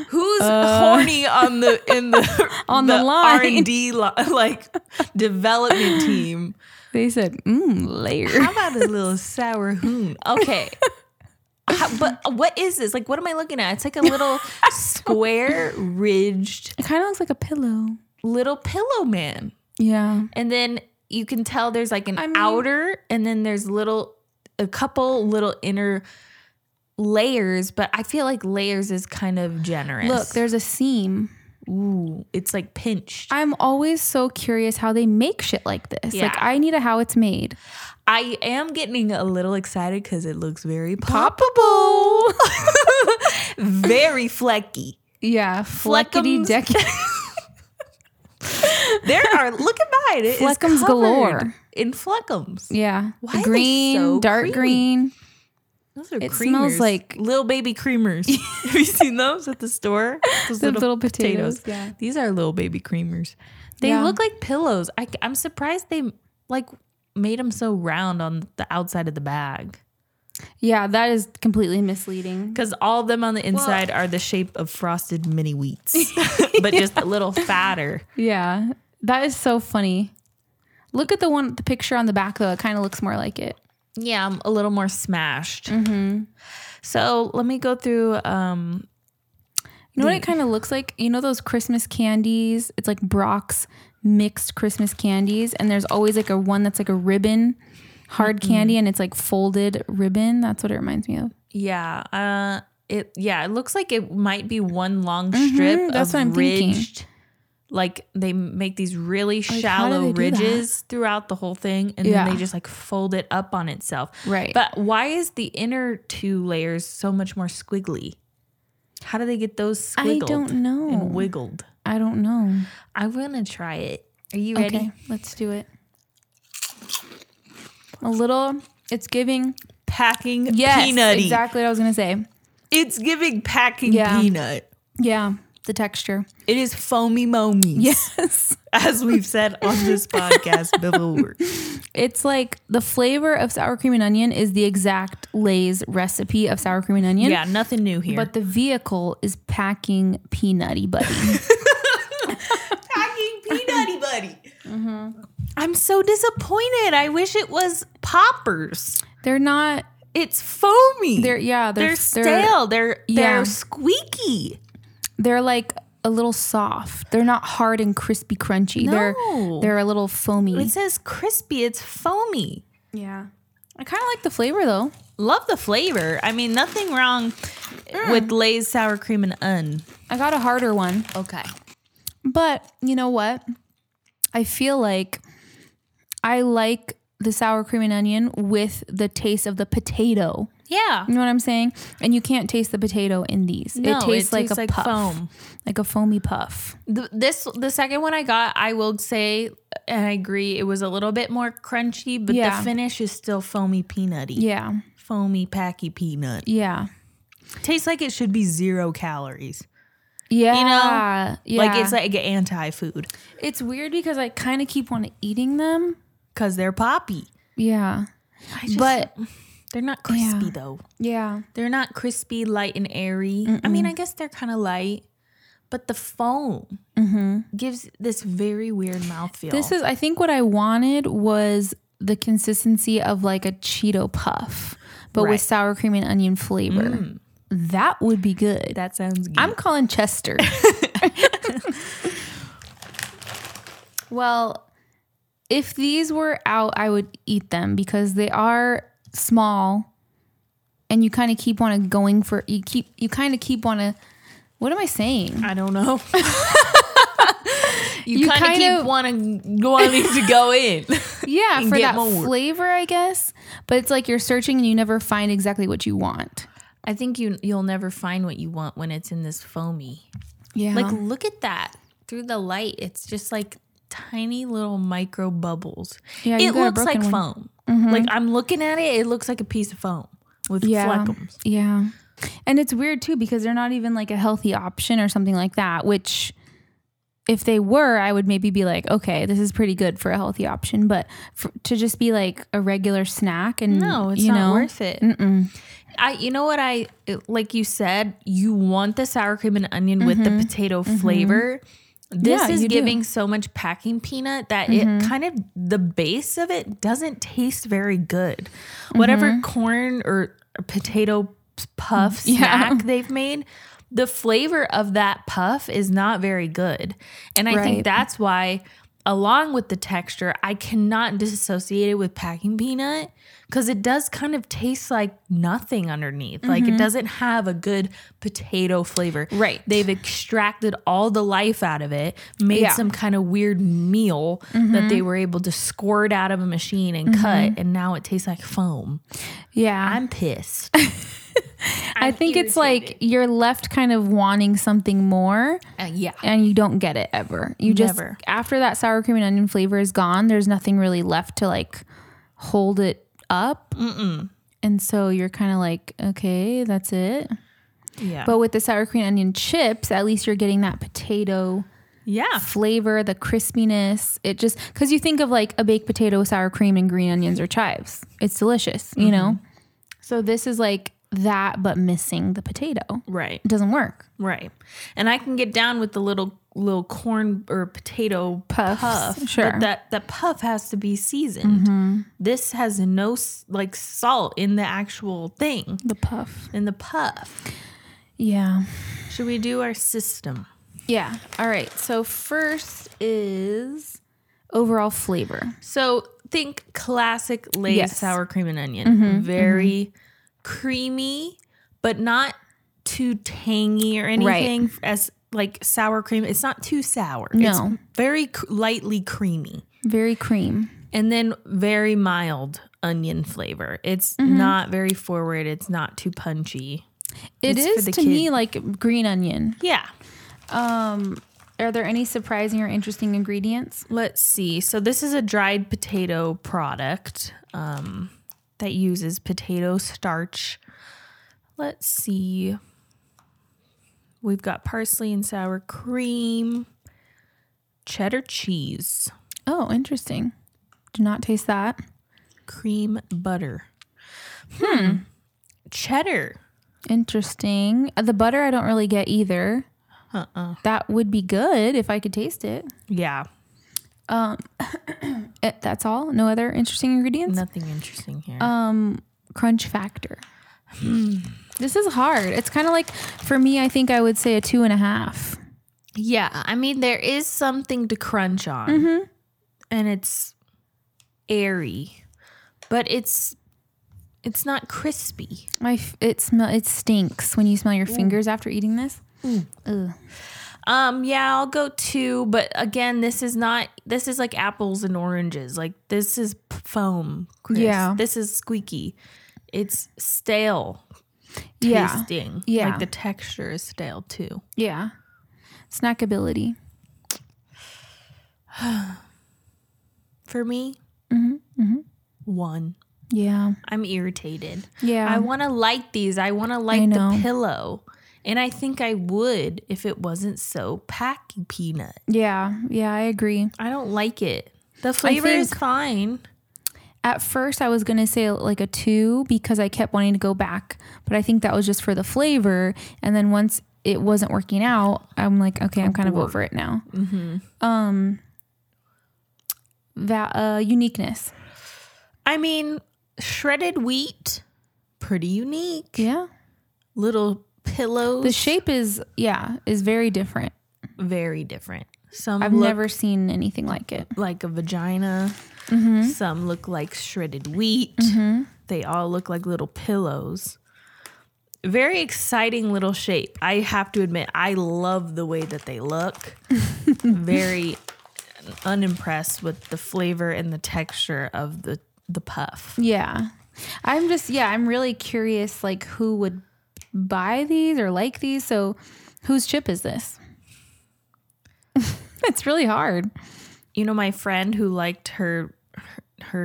Speaker 1: Who's horny on the in the
Speaker 2: On the line.
Speaker 1: R and D like development team?
Speaker 2: they said, mmm, layer.
Speaker 1: How about a little sour hoon? Okay. How- but what is this? Like, what am I looking at? It's like a little square ridged
Speaker 2: It kind of looks like a pillow.
Speaker 1: little pillow man.
Speaker 2: Yeah.
Speaker 1: And then you can tell there's like an
Speaker 2: I mean-
Speaker 1: outer, and then there's little, a couple little inner layers. But I feel like layers is kind of generous.
Speaker 2: Look, there's a seam.
Speaker 1: Ooh, it's like pinched.
Speaker 2: I'm always so curious how they make shit like this.
Speaker 1: Yeah.
Speaker 2: Like I need a how it's made.
Speaker 1: I am getting a little excited because it looks very poppable. very flecky.
Speaker 2: Yeah, fleckity
Speaker 1: Fleckums.
Speaker 2: deckity.
Speaker 1: There are look at mine. It is
Speaker 2: Fleckums
Speaker 1: covered
Speaker 2: galore.
Speaker 1: In fleckums.
Speaker 2: Yeah,
Speaker 1: Why are they
Speaker 2: green,
Speaker 1: so
Speaker 2: dark
Speaker 1: creamy?
Speaker 2: green.
Speaker 1: Those are
Speaker 2: It
Speaker 1: creamers.
Speaker 2: smells like-
Speaker 1: little baby creamers. Have you seen those at the store? Those
Speaker 2: The little potatoes, yeah.
Speaker 1: These are little baby creamers. They
Speaker 2: Yeah.
Speaker 1: look like pillows. I, am surprised they like made them so round on the outside of the bag
Speaker 2: Yeah, that is completely misleading.
Speaker 1: because all of them on the inside are the shape of frosted mini wheats, but just a little fatter.
Speaker 2: Yeah, that is so funny. Look at the one, the picture on the back though. It kind of looks more like it.
Speaker 1: Yeah, I'm a little more smashed.
Speaker 2: Mm-hmm.
Speaker 1: So let me go through. Um,
Speaker 2: You know what it kind of looks like? You know those Christmas candies? It's like Brock's mixed Christmas candies, and there's always like a one that's like a ribbon, hard candy, and it's like folded ribbon. That's what it reminds me of.
Speaker 1: yeah, uh, it yeah, it looks like it might be one long strip
Speaker 2: Mhm, that's
Speaker 1: of
Speaker 2: what I'm thinking.
Speaker 1: ridged. Like they make these really
Speaker 2: how do
Speaker 1: shallow
Speaker 2: they do that?
Speaker 1: ridges throughout the whole thing, and
Speaker 2: Yeah.
Speaker 1: then they just like fold it up on itself.
Speaker 2: Right.
Speaker 1: But why is the inner two layers so much more squiggly? How do they get those squiggled?
Speaker 2: I don't know.
Speaker 1: And wiggled.
Speaker 2: I don't know.
Speaker 1: I'm gonna Hmm. try it. Are you ready?
Speaker 2: Okay, let's do it. A little. It's giving
Speaker 1: Packing
Speaker 2: yes,
Speaker 1: peanutty.
Speaker 2: exactly what I was gonna say.
Speaker 1: It's giving packing
Speaker 2: Yeah.
Speaker 1: peanut.
Speaker 2: Yeah, the texture.
Speaker 1: It is foamy momies,
Speaker 2: Yes,
Speaker 1: as we've said on this podcast before.
Speaker 2: it's like the flavor of sour cream and onion is the exact Lay's recipe of sour cream and onion.
Speaker 1: Yeah, nothing new here.
Speaker 2: But the vehicle is packing peanutty buddy.
Speaker 1: packing peanutty buddy. Mm-hmm. I'm so disappointed. I wish it was poppers.
Speaker 2: they're not.
Speaker 1: It's foamy.
Speaker 2: They're yeah. They're
Speaker 1: they're, stale. They're
Speaker 2: Yeah.
Speaker 1: they're squeaky.
Speaker 2: They're like a little soft. They're not hard and crispy crunchy.
Speaker 1: No.
Speaker 2: They're they're a little foamy.
Speaker 1: It says crispy. It's foamy.
Speaker 2: yeah. I kind of like the flavor though.
Speaker 1: Love the flavor. I mean, nothing wrong with Lay's sour cream and un.
Speaker 2: I got a harder one.
Speaker 1: Okay.
Speaker 2: But you know what? I feel like I like the sour cream and onion with the taste of the potato.
Speaker 1: Yeah.
Speaker 2: You know what I'm saying? And you can't taste the potato in these.
Speaker 1: No,
Speaker 2: it tastes like a puff,
Speaker 1: foam.
Speaker 2: like a foamy puff.
Speaker 1: Th- this the second one I got, I will say, and I agree, it was a little bit more crunchy, but
Speaker 2: Yeah.
Speaker 1: the finish is still foamy peanutty,
Speaker 2: Yeah,
Speaker 1: foamy packy peanut.
Speaker 2: yeah,
Speaker 1: Tastes like it should be zero calories.
Speaker 2: yeah.
Speaker 1: You know,
Speaker 2: yeah.
Speaker 1: like it's like anti food
Speaker 2: it's weird because I kind of keep on eating them.
Speaker 1: because they're poppy.
Speaker 2: Yeah, but
Speaker 1: They're not crispy
Speaker 2: Yeah.
Speaker 1: though.
Speaker 2: Yeah.
Speaker 1: They're not crispy, light and airy. I mean, I guess they're kind of light, but the foam gives this very weird mouthfeel.
Speaker 2: Mm-hmm. This is, I think, what I wanted was the consistency of like a Cheeto puff, but
Speaker 1: Right. Mm.
Speaker 2: with sour cream and onion flavor. That would be good.
Speaker 1: that sounds good.
Speaker 2: I'm calling Chester. well, if these were out, I would eat them because they are small and you kind of keep on going for you keep you kind of keep on a what am I saying?
Speaker 1: I don't know. you
Speaker 2: You
Speaker 1: kind of
Speaker 2: kinda-
Speaker 1: keep wanting wanting to go in.
Speaker 2: Yeah,
Speaker 1: And
Speaker 2: for
Speaker 1: get
Speaker 2: that
Speaker 1: more.
Speaker 2: flavor, I guess. But it's like you're searching and you never find exactly what you want.
Speaker 1: I think you you'll never find what you want when it's in this foamy.
Speaker 2: Yeah.
Speaker 1: Like look at that through the light. It's just like tiny little micro bubbles.
Speaker 2: Yeah, you
Speaker 1: it
Speaker 2: got a
Speaker 1: looks like
Speaker 2: broken Mm-hmm.
Speaker 1: foam. Like I'm looking at it, it looks like a piece of foam with
Speaker 2: yeah.
Speaker 1: fleckums.
Speaker 2: Yeah. And it's weird too because they're not even like a healthy option or something like that, which if they were, I would maybe be like, okay, this is pretty good for a healthy option, but for, to just be like a regular snack and
Speaker 1: No, it's
Speaker 2: you
Speaker 1: not
Speaker 2: know,
Speaker 1: worth it. I, you know what I like. You said you want the sour cream and onion with the potato flavor. This
Speaker 2: Mm-hmm. Yeah,
Speaker 1: is
Speaker 2: you do.
Speaker 1: giving so much packing peanut that
Speaker 2: Mm-hmm.
Speaker 1: it kind of the base of it doesn't taste very good. Whatever corn or potato puff
Speaker 2: Mm-hmm. Yeah.
Speaker 1: snack they've made, the flavor of that puff is not very good, and I
Speaker 2: Right.
Speaker 1: think that's why. Along with the texture, I cannot dissociate it with packing peanut because it does kind of taste like nothing underneath. Like it doesn't have a good potato flavor.
Speaker 2: Mm-hmm. Right.
Speaker 1: They've extracted all the life out of it, made
Speaker 2: Yeah. Mm-hmm.
Speaker 1: some kind of weird meal that they were able to squirt out of a machine and cut, and now it tastes like foam.
Speaker 2: Yeah.
Speaker 1: I'm pissed.
Speaker 2: I think it's like you're left kind of wanting something more
Speaker 1: Uh, yeah.
Speaker 2: and you don't get it ever. You just
Speaker 1: Never.
Speaker 2: after that sour cream and onion flavor is gone, there's nothing really left to like hold it up. And so you're kind of like, okay, that's it.
Speaker 1: Yeah.
Speaker 2: But with the sour cream and onion chips, at least you're getting that potato
Speaker 1: yeah.
Speaker 2: flavor, the crispiness. It just because you think of like a baked potato with sour cream and green onions or chives. It's delicious, you know. So this is like that, but missing the potato.
Speaker 1: Right.
Speaker 2: It doesn't work.
Speaker 1: Right. And I can get down with the little little corn or potato
Speaker 2: Puffs,
Speaker 1: puff.
Speaker 2: sure. Mm-hmm.
Speaker 1: But that that puff has to be seasoned. This has no s- like salt in the actual thing
Speaker 2: The puff.
Speaker 1: in the puff.
Speaker 2: Yeah.
Speaker 1: Should we do our system?
Speaker 2: Yeah. All right. So first is overall flavor.
Speaker 1: So think classic Lay's
Speaker 2: Yes. Mm-hmm,
Speaker 1: sour cream and onion. Very creamy, but not too tangy or anything. As like sour cream, it's not too sour.
Speaker 2: No.
Speaker 1: It's very cr- lightly creamy.
Speaker 2: Very cream.
Speaker 1: and then very mild onion flavor. It's
Speaker 2: Mm-hmm.
Speaker 1: not very forward. It's not too punchy. It's
Speaker 2: it's
Speaker 1: for the
Speaker 2: to me like green onion.
Speaker 1: Yeah.
Speaker 2: Are there any surprising or interesting ingredients?
Speaker 1: Let's see. So this is a dried potato product um, that uses potato starch. Let's see. We've got parsley and sour cream, cheddar cheese,
Speaker 2: Oh, interesting. Do not taste that.
Speaker 1: cream butter. Hmm. Cheddar.
Speaker 2: Interesting. Uh, The butter I don't really get either. Uh-uh. That would be good if I could taste it.
Speaker 1: Yeah.
Speaker 2: Eh, That's all. No other interesting ingredients.
Speaker 1: Nothing interesting here.
Speaker 2: Crunch factor. Hmm. This is hard. It's kind of like for me. I think I would say a two and a half.
Speaker 1: Yeah, I mean there is something to crunch on, and it's airy, but it's it's not crispy.
Speaker 2: My f- it smell it stinks when you smell your fingers after eating this.
Speaker 1: Um, yeah, I'll go two, but again, this is not this is like apples and oranges. Like this is p- foam. Chris.
Speaker 2: Yeah.
Speaker 1: this is squeaky. It's stale tasting.
Speaker 2: Yeah.
Speaker 1: like the texture is stale too.
Speaker 2: yeah. Snackability.
Speaker 1: For me, Mm-hmm. one.
Speaker 2: Yeah,
Speaker 1: I'm irritated.
Speaker 2: yeah.
Speaker 1: I want to like these. I want to like
Speaker 2: know.
Speaker 1: the pillow. And I think I would if it wasn't so packy peanut.
Speaker 2: Yeah, yeah, I agree.
Speaker 1: I don't like it. The flavor is
Speaker 2: think-
Speaker 1: fine.
Speaker 2: At first, I was going to say like a two because I kept wanting to go back, but I think that was just for the flavor. And then once it wasn't working out, I'm like, okay, I'm kind of over it now. Um, that uh, uniqueness.
Speaker 1: I mean, shredded wheat, pretty unique.
Speaker 2: Yeah.
Speaker 1: Little pillows,
Speaker 2: The shape is, yeah, is very different.
Speaker 1: very different. Some
Speaker 2: I've
Speaker 1: look
Speaker 2: never seen anything like it.
Speaker 1: like a vagina.
Speaker 2: Mm-hmm.
Speaker 1: Some look like shredded wheat. They all look like little pillows. Very exciting little shape. I have to admit, I love the way that they look. Very unimpressed with the flavor and the texture of the the puff.
Speaker 2: Yeah. I'm just, yeah, I'm really curious, like, who would buy these or like these. So, whose chip is this? it's really hard.
Speaker 1: You know, my friend who liked her her,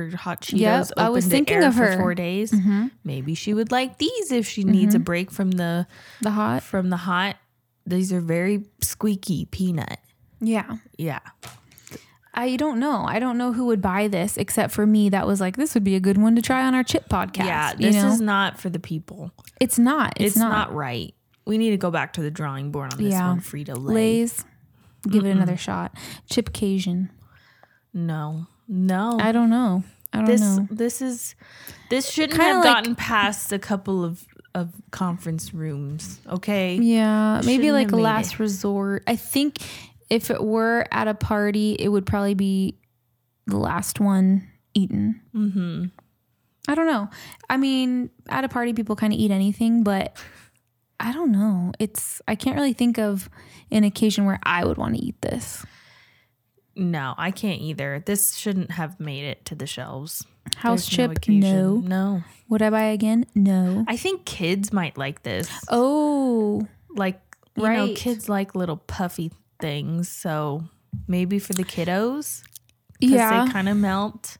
Speaker 1: her hot Cheetos.
Speaker 2: Yep, I
Speaker 1: opened
Speaker 2: was
Speaker 1: to
Speaker 2: thinking
Speaker 1: air
Speaker 2: of her. Mm-hmm.
Speaker 1: for four days. Maybe she would like these if she needs a break from the
Speaker 2: The hot.
Speaker 1: from the hot. These are very squeaky peanut.
Speaker 2: Yeah.
Speaker 1: Yeah.
Speaker 2: I don't know. I don't know who would buy this except for me. That was like, this would be a good one to try on our chip podcast.
Speaker 1: Yeah.
Speaker 2: you
Speaker 1: This
Speaker 2: know?
Speaker 1: is not for the people.
Speaker 2: it's not. It's,
Speaker 1: It's, not. right. We need to go back to the drawing board on this
Speaker 2: Yeah.
Speaker 1: one, Frito Lay.
Speaker 2: Lays. Give it another shot. Chip Cajun.
Speaker 1: No. No.
Speaker 2: I don't know. I don't
Speaker 1: this
Speaker 2: know.
Speaker 1: this is this shouldn't
Speaker 2: Kinda
Speaker 1: have
Speaker 2: like-
Speaker 1: gotten past a couple of of conference rooms. Okay.
Speaker 2: Yeah, maybe
Speaker 1: shouldn't
Speaker 2: like
Speaker 1: have made
Speaker 2: last resort. I think if it were at a party, it would probably be the last one eaten.
Speaker 1: Mm-hmm.
Speaker 2: I don't know. I mean, at a party, people kind of eat anything, but I don't know. It's I can't really think of an occasion where I would want to eat this.
Speaker 1: No, I can't either. This shouldn't have made it to the shelves.
Speaker 2: House
Speaker 1: There's
Speaker 2: chip,
Speaker 1: occasion.
Speaker 2: no.
Speaker 1: No.
Speaker 2: Would I buy again? No.
Speaker 1: I think kids might like this.
Speaker 2: Oh,
Speaker 1: Like, you know,
Speaker 2: Right.
Speaker 1: kids like little puffy things. So maybe for the kiddos, because
Speaker 2: yeah.
Speaker 1: they kind of melt.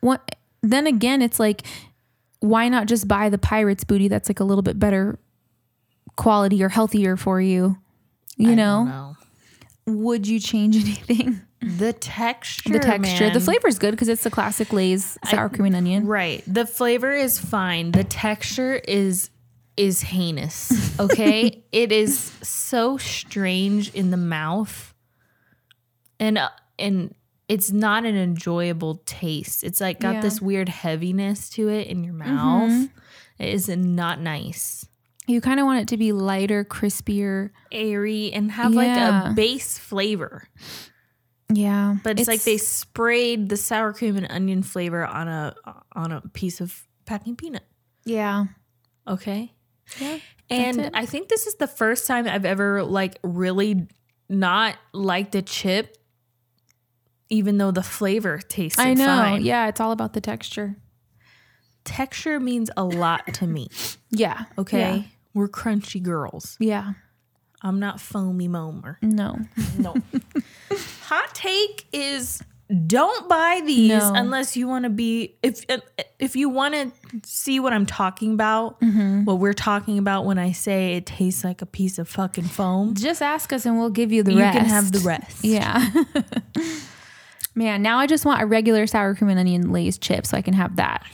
Speaker 2: what then again it's like why not just buy the pirate's booty that's like a little bit better quality or healthier for you you
Speaker 1: I
Speaker 2: know?
Speaker 1: don't know.
Speaker 2: would you change anything
Speaker 1: The texture.
Speaker 2: the texture the
Speaker 1: man.
Speaker 2: flavor's good because it's the classic lays sour cream and onion
Speaker 1: Right. The flavor is fine. The texture is is heinous. Okay? it is so strange in the mouth. And uh, and it's not an enjoyable taste. It's like got
Speaker 2: Yeah. Mm-hmm.
Speaker 1: this weird heaviness to it in your mouth. It is not nice.
Speaker 2: you kind of want it to be lighter crispier
Speaker 1: Airy and have like
Speaker 2: Yeah.
Speaker 1: a base flavor.
Speaker 2: yeah
Speaker 1: But it's, like they sprayed the sour cream and onion flavor on a on a piece of packing peanut.
Speaker 2: yeah
Speaker 1: Okay?
Speaker 2: yeah
Speaker 1: And
Speaker 2: it.
Speaker 1: I think this is the first time I've ever like really not liked a chip, even though the flavor tastes.
Speaker 2: i know
Speaker 1: Fine.
Speaker 2: yeah it's all about the texture
Speaker 1: Texture means a lot to me.
Speaker 2: yeah
Speaker 1: Okay. We're crunchy girls.
Speaker 2: yeah,
Speaker 1: I'm not foamy momer.
Speaker 2: yeah. no
Speaker 1: No. Hot take is don't buy these
Speaker 2: No.
Speaker 1: unless you want to be if if you want to see what I'm talking about, what we're talking about when I say it tastes like a piece of fucking foam.
Speaker 2: just ask us and we'll give you the
Speaker 1: You
Speaker 2: rest
Speaker 1: can have the rest.
Speaker 2: Yeah. Man, now I just want a regular sour cream and onion Lay's chip so I can have that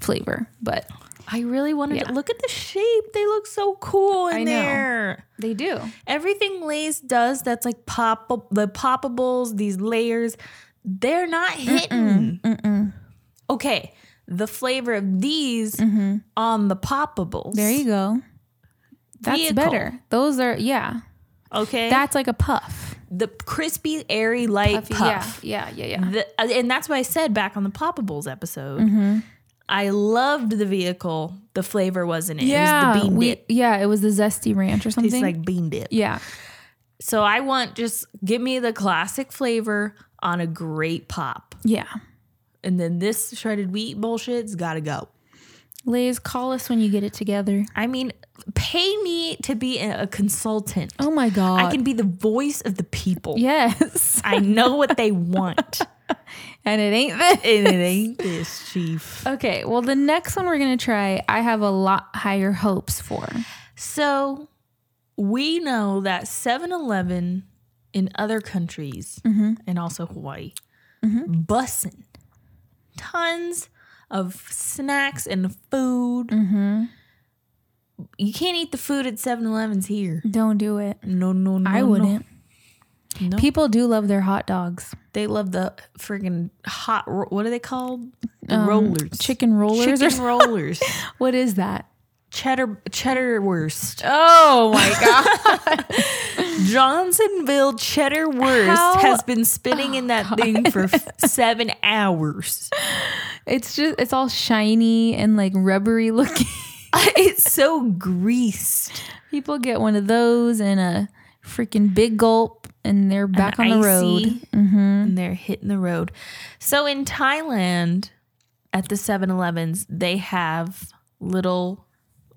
Speaker 2: flavor. But
Speaker 1: I really wanted
Speaker 2: Yeah.
Speaker 1: to look at the shape. They look so cool in
Speaker 2: I know.
Speaker 1: there.
Speaker 2: they do.
Speaker 1: Everything Lay's does that's like pop the poppables, these layers, they're not hitting. Okay, the flavor of these on the poppables.
Speaker 2: There you go. That's
Speaker 1: Vehicle.
Speaker 2: better. Those are yeah.
Speaker 1: Okay,
Speaker 2: That's like a puff.
Speaker 1: the crispy, airy, light puff.
Speaker 2: Yeah, yeah, yeah, yeah.
Speaker 1: The- uh, and that's what I said back on the poppables episode.
Speaker 2: Mm-hmm.
Speaker 1: I loved the vehicle. The flavor wasn't it. it was the bean
Speaker 2: we-
Speaker 1: dip.
Speaker 2: yeah, it was the zesty ranch or something.
Speaker 1: Tastes like bean dip.
Speaker 2: yeah,
Speaker 1: So I want just give me the classic flavor on a great pop.
Speaker 2: yeah.
Speaker 1: And then this shredded wheat bullshit's gotta go.
Speaker 2: Lay's, call us when you get it together.
Speaker 1: I mean, pay me to be a a consultant.
Speaker 2: Oh my god.
Speaker 1: I can be the voice of the people.
Speaker 2: Yes,
Speaker 1: I know what they want.
Speaker 2: and it ain't this.
Speaker 1: and it ain't this, Chief.
Speaker 2: Okay, well, the next one we're gonna try, I have a lot higher hopes for.
Speaker 1: So we know that 7 Eleven in other
Speaker 2: Mm-hmm.
Speaker 1: countries and also Hawaii, bussin' tons of snacks and food.
Speaker 2: Mm-hmm.
Speaker 1: You can't eat the food at 7 Elevens here.
Speaker 2: Don't do it.
Speaker 1: No, no, no.
Speaker 2: I
Speaker 1: no.
Speaker 2: wouldn't.
Speaker 1: No.
Speaker 2: People do love their hot dogs.
Speaker 1: They love the friggin' hot, ro- what are they called? The
Speaker 2: Um,
Speaker 1: rollers.
Speaker 2: Chicken rollers. or
Speaker 1: Chicken
Speaker 2: s-
Speaker 1: rollers.
Speaker 2: what is that?
Speaker 1: Cheddar, cheddar wurst.
Speaker 2: Oh my god.
Speaker 1: Johnsonville cheddar wurst
Speaker 2: How-
Speaker 1: has been spinning in that thing for f- seven hours.
Speaker 2: it's just it's all shiny and like rubbery looking.
Speaker 1: it's so greased.
Speaker 2: People get one of those and a freaking big gulp and they're back on the road. Mm-hmm.
Speaker 1: Icy, And they're hitting the road. So in Thailand, at the 7 Elevens, they have little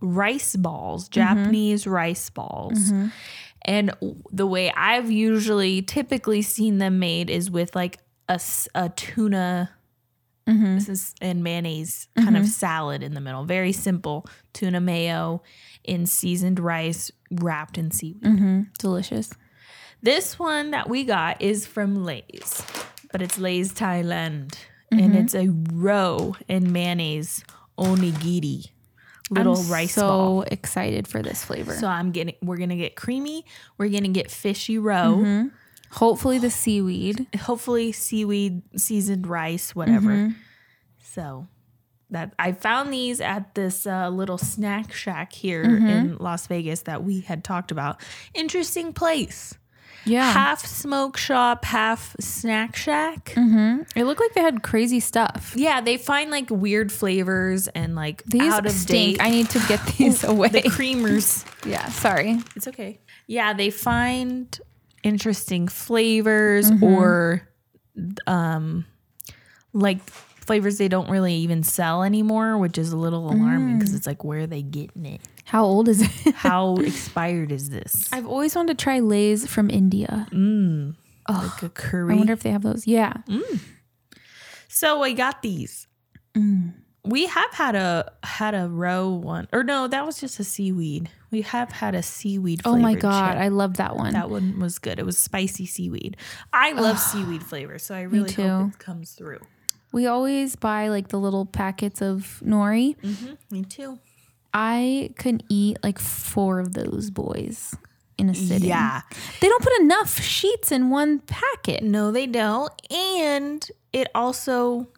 Speaker 1: rice
Speaker 2: Mm-hmm.
Speaker 1: balls, Japanese rice balls. And w- the way I've usually typically seen them made is with like a, s- a tuna
Speaker 2: Mm-hmm.
Speaker 1: this is- and mayonnaise kind of salad in the middle. Very simple tuna mayo in seasoned rice wrapped in seaweed.
Speaker 2: Mm-hmm. Delicious.
Speaker 1: This one that we got is from Lay's, but it's Lay's Thailand, and
Speaker 2: Mm-hmm.
Speaker 1: it's a roe and mayonnaise onigiri little
Speaker 2: I'm
Speaker 1: rice
Speaker 2: so
Speaker 1: ball.
Speaker 2: excited for this flavor.
Speaker 1: So I'm getting, we're gonna get creamy, we're gonna get fishy roe,
Speaker 2: Mm-hmm. Hopefully the seaweed.
Speaker 1: hopefully seaweed, seasoned rice, whatever.
Speaker 2: Mm-hmm.
Speaker 1: So that I found these at this uh, little snack shack here
Speaker 2: Mm-hmm.
Speaker 1: in Las Vegas that we had talked about. Interesting place.
Speaker 2: Yeah.
Speaker 1: Half smoke shop, half snack shack.
Speaker 2: hmm It looked like they had crazy stuff.
Speaker 1: Yeah, they find like weird flavors and like
Speaker 2: These
Speaker 1: out of
Speaker 2: stink.
Speaker 1: date.
Speaker 2: I need to get these away.
Speaker 1: the creamers.
Speaker 2: yeah, sorry.
Speaker 1: It's okay. Yeah, they find interesting flavors
Speaker 2: Mm-hmm.
Speaker 1: or um like flavors they don't really even sell anymore, which is a little alarming
Speaker 2: Mm.
Speaker 1: because it's like where are they getting it?
Speaker 2: How old is it?
Speaker 1: How expired is this?
Speaker 2: I've always wanted to try Lay's from India.
Speaker 1: like a curry.
Speaker 2: I wonder if they have those. Yeah.
Speaker 1: So I got these.
Speaker 2: Mm.
Speaker 1: We have had a had a roe one, or no, that was just a seaweed. We have had a seaweed.
Speaker 2: Oh my
Speaker 1: flavored
Speaker 2: god,
Speaker 1: chip.
Speaker 2: I love that one.
Speaker 1: that one was good. It was spicy seaweed. I love seaweed flavor, so I really
Speaker 2: too.
Speaker 1: hope it comes through.
Speaker 2: we always buy like the little packets of nori.
Speaker 1: Me too.
Speaker 2: I could eat like four of those boys in a sitting.
Speaker 1: Yeah.
Speaker 2: They don't put enough sheets in one packet.
Speaker 1: No, they don't, and it also.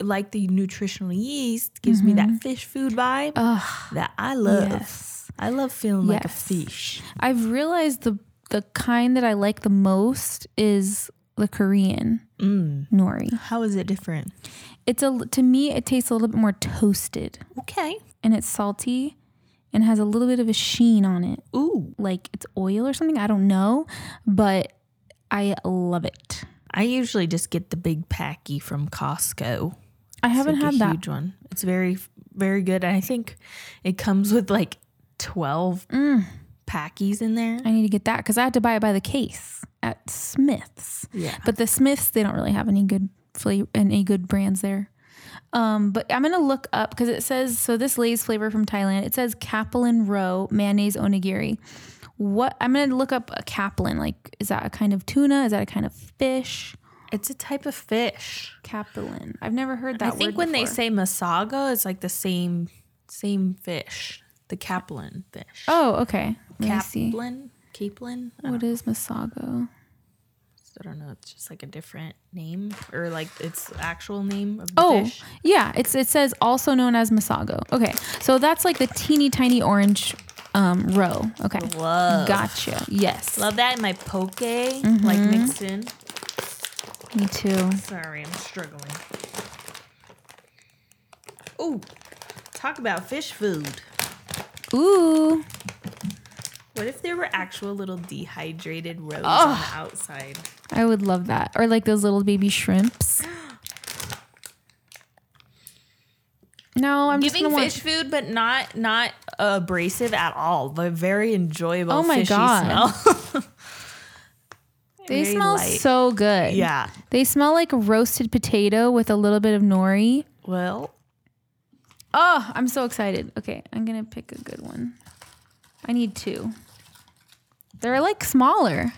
Speaker 1: Like the nutritional yeast gives me that fish food vibe
Speaker 2: Ugh.
Speaker 1: that I love.
Speaker 2: Yes.
Speaker 1: I love feeling like a
Speaker 2: Yes.
Speaker 1: fish.
Speaker 2: I've realized the the kind that I like the most is the Korean
Speaker 1: Mm.
Speaker 2: nori.
Speaker 1: How is it different?
Speaker 2: It's a to me it tastes a little bit more toasted
Speaker 1: Okay.
Speaker 2: and it's salty and has a little bit of a sheen on it.
Speaker 1: Ooh.
Speaker 2: Like it's oil or something, I don't know, but I love it.
Speaker 1: I usually just get the big packy from Costco.
Speaker 2: I haven't
Speaker 1: like
Speaker 2: had
Speaker 1: a
Speaker 2: that.
Speaker 1: huge one. It's very very good. And I think it comes with like twelve
Speaker 2: Mm.
Speaker 1: packies in there.
Speaker 2: I need to get that because I had to buy it by the case at Smith's.
Speaker 1: Yeah.
Speaker 2: But the Smiths, they don't really have any good flavor, any good brands there. Um, but I'm gonna look up because it says so. This Lay's flavor from Thailand. It says Kaplan Roe mayonnaise onigiri. What I'm gonna look up a Kaplan. Like, is that a kind of tuna? Is that a kind of fish?
Speaker 1: It's a type of fish.
Speaker 2: Kaplan. I've never heard that.
Speaker 1: I think
Speaker 2: word
Speaker 1: when they
Speaker 2: before.
Speaker 1: say masago, it's like the same same fish. The Kaplan fish.
Speaker 2: oh, okay, let me see.
Speaker 1: Kaplan? Kaplan? I don't,
Speaker 2: What is masago?
Speaker 1: I don't know. It's just like a different name or like its actual name of the
Speaker 2: Oh,
Speaker 1: fish.
Speaker 2: yeah. It's it says also known as masago. Okay, so that's like the teeny tiny orange um, row. Okay,
Speaker 1: Love.
Speaker 2: gotcha. Yes,
Speaker 1: Love that in my poke, like
Speaker 2: Mm-hmm.
Speaker 1: mixed in.
Speaker 2: me too.
Speaker 1: Sorry, I'm struggling. Ooh, talk about fish food.
Speaker 2: Ooh,
Speaker 1: What if there were actual little dehydrated rows on the outside?
Speaker 2: I would love that. Or like those little baby shrimps. No, I'm just
Speaker 1: Giving
Speaker 2: gonna
Speaker 1: fish
Speaker 2: want.
Speaker 1: food, but not not abrasive at all, but very enjoyable.
Speaker 2: Oh my
Speaker 1: fishy
Speaker 2: God.
Speaker 1: Smell.
Speaker 2: They
Speaker 1: very
Speaker 2: smell
Speaker 1: light.
Speaker 2: so good.
Speaker 1: yeah.
Speaker 2: they smell like roasted potato with a little bit of nori.
Speaker 1: Well,
Speaker 2: Oh, I'm so excited. Okay, I'm gonna pick a good one. I need two. They're like smaller.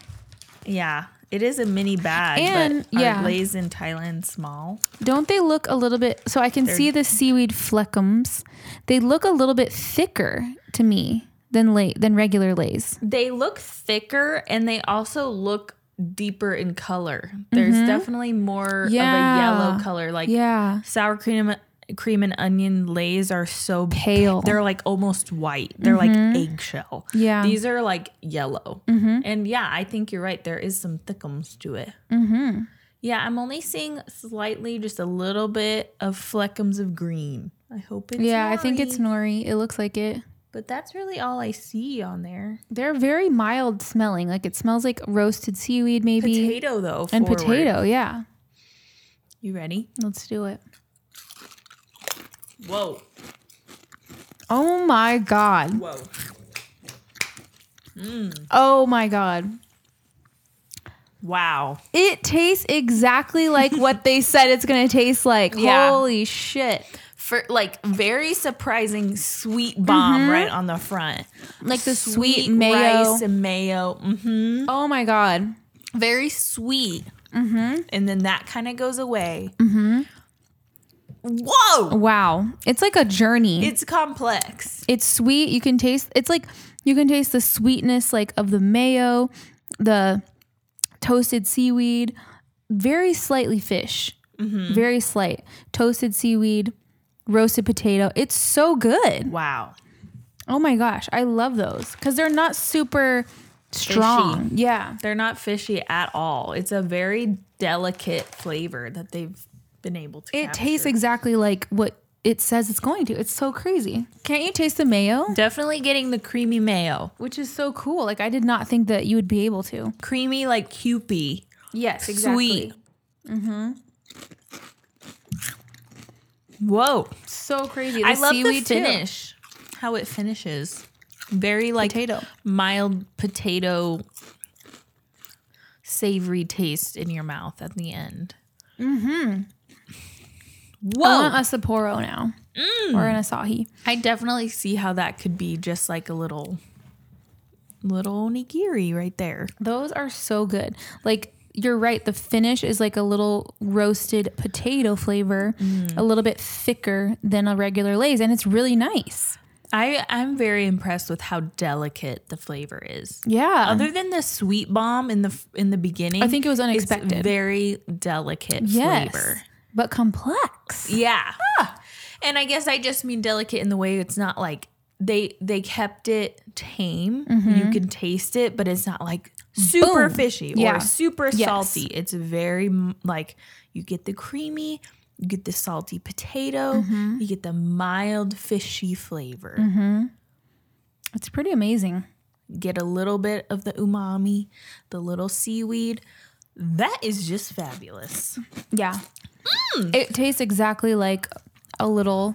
Speaker 1: yeah. It is a mini bag,
Speaker 2: And,
Speaker 1: but
Speaker 2: yeah.
Speaker 1: are lays in Thailand small?
Speaker 2: Don't they look a little bit? So I can see the seaweed fleckums. They look a little bit thicker to me than lay than regular lays.
Speaker 1: They look thicker and they also look deeper in color. There's definitely more
Speaker 2: Mm-hmm. Yeah.
Speaker 1: of a yellow color. Like
Speaker 2: Yeah,
Speaker 1: sour cream cream and onion lays are so
Speaker 2: Pale. Mm-hmm.
Speaker 1: They're like almost white. They're like eggshell.
Speaker 2: yeah.
Speaker 1: These are like yellow.
Speaker 2: Mhm.
Speaker 1: And yeah, I think you're right. There is some thickums to it.
Speaker 2: mm-hmm.
Speaker 1: Yeah, I'm only seeing slightly, just a little bit of fleckums of green. I hope it's
Speaker 2: Yeah, I think it's
Speaker 1: nori.
Speaker 2: nori. It looks like it.
Speaker 1: But that's really all I see on there.
Speaker 2: They're very mild smelling. Like it smells like roasted seaweed, maybe,
Speaker 1: Potato though,
Speaker 2: and
Speaker 1: forward.
Speaker 2: potato. Yeah,
Speaker 1: You ready?
Speaker 2: let's do it.
Speaker 1: Whoa,
Speaker 2: Oh my god.
Speaker 1: whoa.
Speaker 2: Oh my god.
Speaker 1: Wow.
Speaker 2: It tastes exactly like what they said it's gonna taste like.
Speaker 1: Yeah.
Speaker 2: Holy shit.
Speaker 1: For like very surprising sweet bomb right on the front.
Speaker 2: Like the Mm-hmm. sweet, mayo.
Speaker 1: rice and mayo. hmm
Speaker 2: Oh my god.
Speaker 1: Very sweet. Mm-hmm. And then that kind of goes away. Mm-hmm. Whoa!
Speaker 2: Wow. It's like a journey.
Speaker 1: It's complex.
Speaker 2: it's sweet. You can taste it's like you can taste the sweetness like of the mayo, the toasted seaweed, very slightly fish.
Speaker 1: Mm-hmm.
Speaker 2: Very slight. Toasted seaweed, roasted potato. It's so good.
Speaker 1: Wow.
Speaker 2: Oh my gosh. I love those. Cause they're not super strong. Yeah.
Speaker 1: They're not fishy at all. It's a very delicate flavor that they've been able to.
Speaker 2: It
Speaker 1: capture.
Speaker 2: tastes exactly like what it says it's going to. It's so crazy. Can't you taste the mayo?
Speaker 1: definitely getting the creamy mayo,
Speaker 2: Which is so cool. Like I did not think that you would be able to.
Speaker 1: creamy like Cupie,
Speaker 2: Yes,
Speaker 1: sweet. Mm-hmm. Whoa!
Speaker 2: So crazy.
Speaker 1: I love the finish. How it finishes, very like
Speaker 2: Potato.
Speaker 1: mild potato, savory taste in your mouth at the end. Mm-hmm. Whoa! Mm.
Speaker 2: I want a Sapporo now or an Asahi.
Speaker 1: I definitely see how that could be just like a little little onigiri right there.
Speaker 2: Those are so good. Like you're right. The finish is like a little roasted potato flavor,
Speaker 1: Mm.
Speaker 2: a little bit thicker than a regular Lay's, and it's really nice.
Speaker 1: I I'm very impressed with how delicate the flavor is.
Speaker 2: Yeah.
Speaker 1: Other than the sweet bomb in the f- in the beginning,
Speaker 2: I think it was unexpected.
Speaker 1: It's very delicate
Speaker 2: yes.
Speaker 1: flavor.
Speaker 2: But complex.
Speaker 1: Yeah. And I guess I just mean delicate in the way it's not like they they kept it tame. You can taste it, but it's not like super
Speaker 2: Mm-hmm. Boom.
Speaker 1: fishy
Speaker 2: Yeah.
Speaker 1: or super
Speaker 2: Yes.
Speaker 1: salty. It's very mm, like you get the creamy, you get the salty potato,
Speaker 2: Mm-hmm.
Speaker 1: you get the mild fishy flavor.
Speaker 2: It's pretty amazing.
Speaker 1: Get a little bit of the umami, the little seaweed. That is just fabulous.
Speaker 2: Yeah.
Speaker 1: Mm.
Speaker 2: It tastes exactly like a little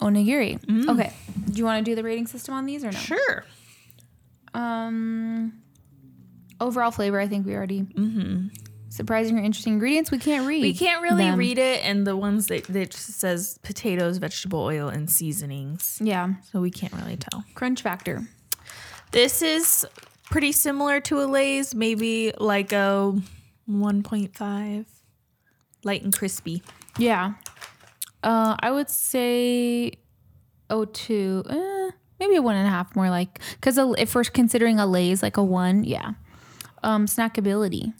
Speaker 2: onigiri. Okay. Do you want to do the rating system on these or no?
Speaker 1: Mm. Sure.
Speaker 2: Um overall flavor, I think we already surprising or interesting ingredients. We can't read.
Speaker 1: Mm-hmm. We can't really
Speaker 2: them.
Speaker 1: read it, and the ones that, that just says potatoes, vegetable oil, and seasonings.
Speaker 2: Yeah.
Speaker 1: So we can't really tell.
Speaker 2: Crunch factor.
Speaker 1: This is pretty similar to a Lay's, maybe like a 1.5, light and crispy.
Speaker 2: Yeah. Uh I would say oh two. Uh, maybe a one and a half more like because if we're considering a lays like a one, yeah. Um snackability.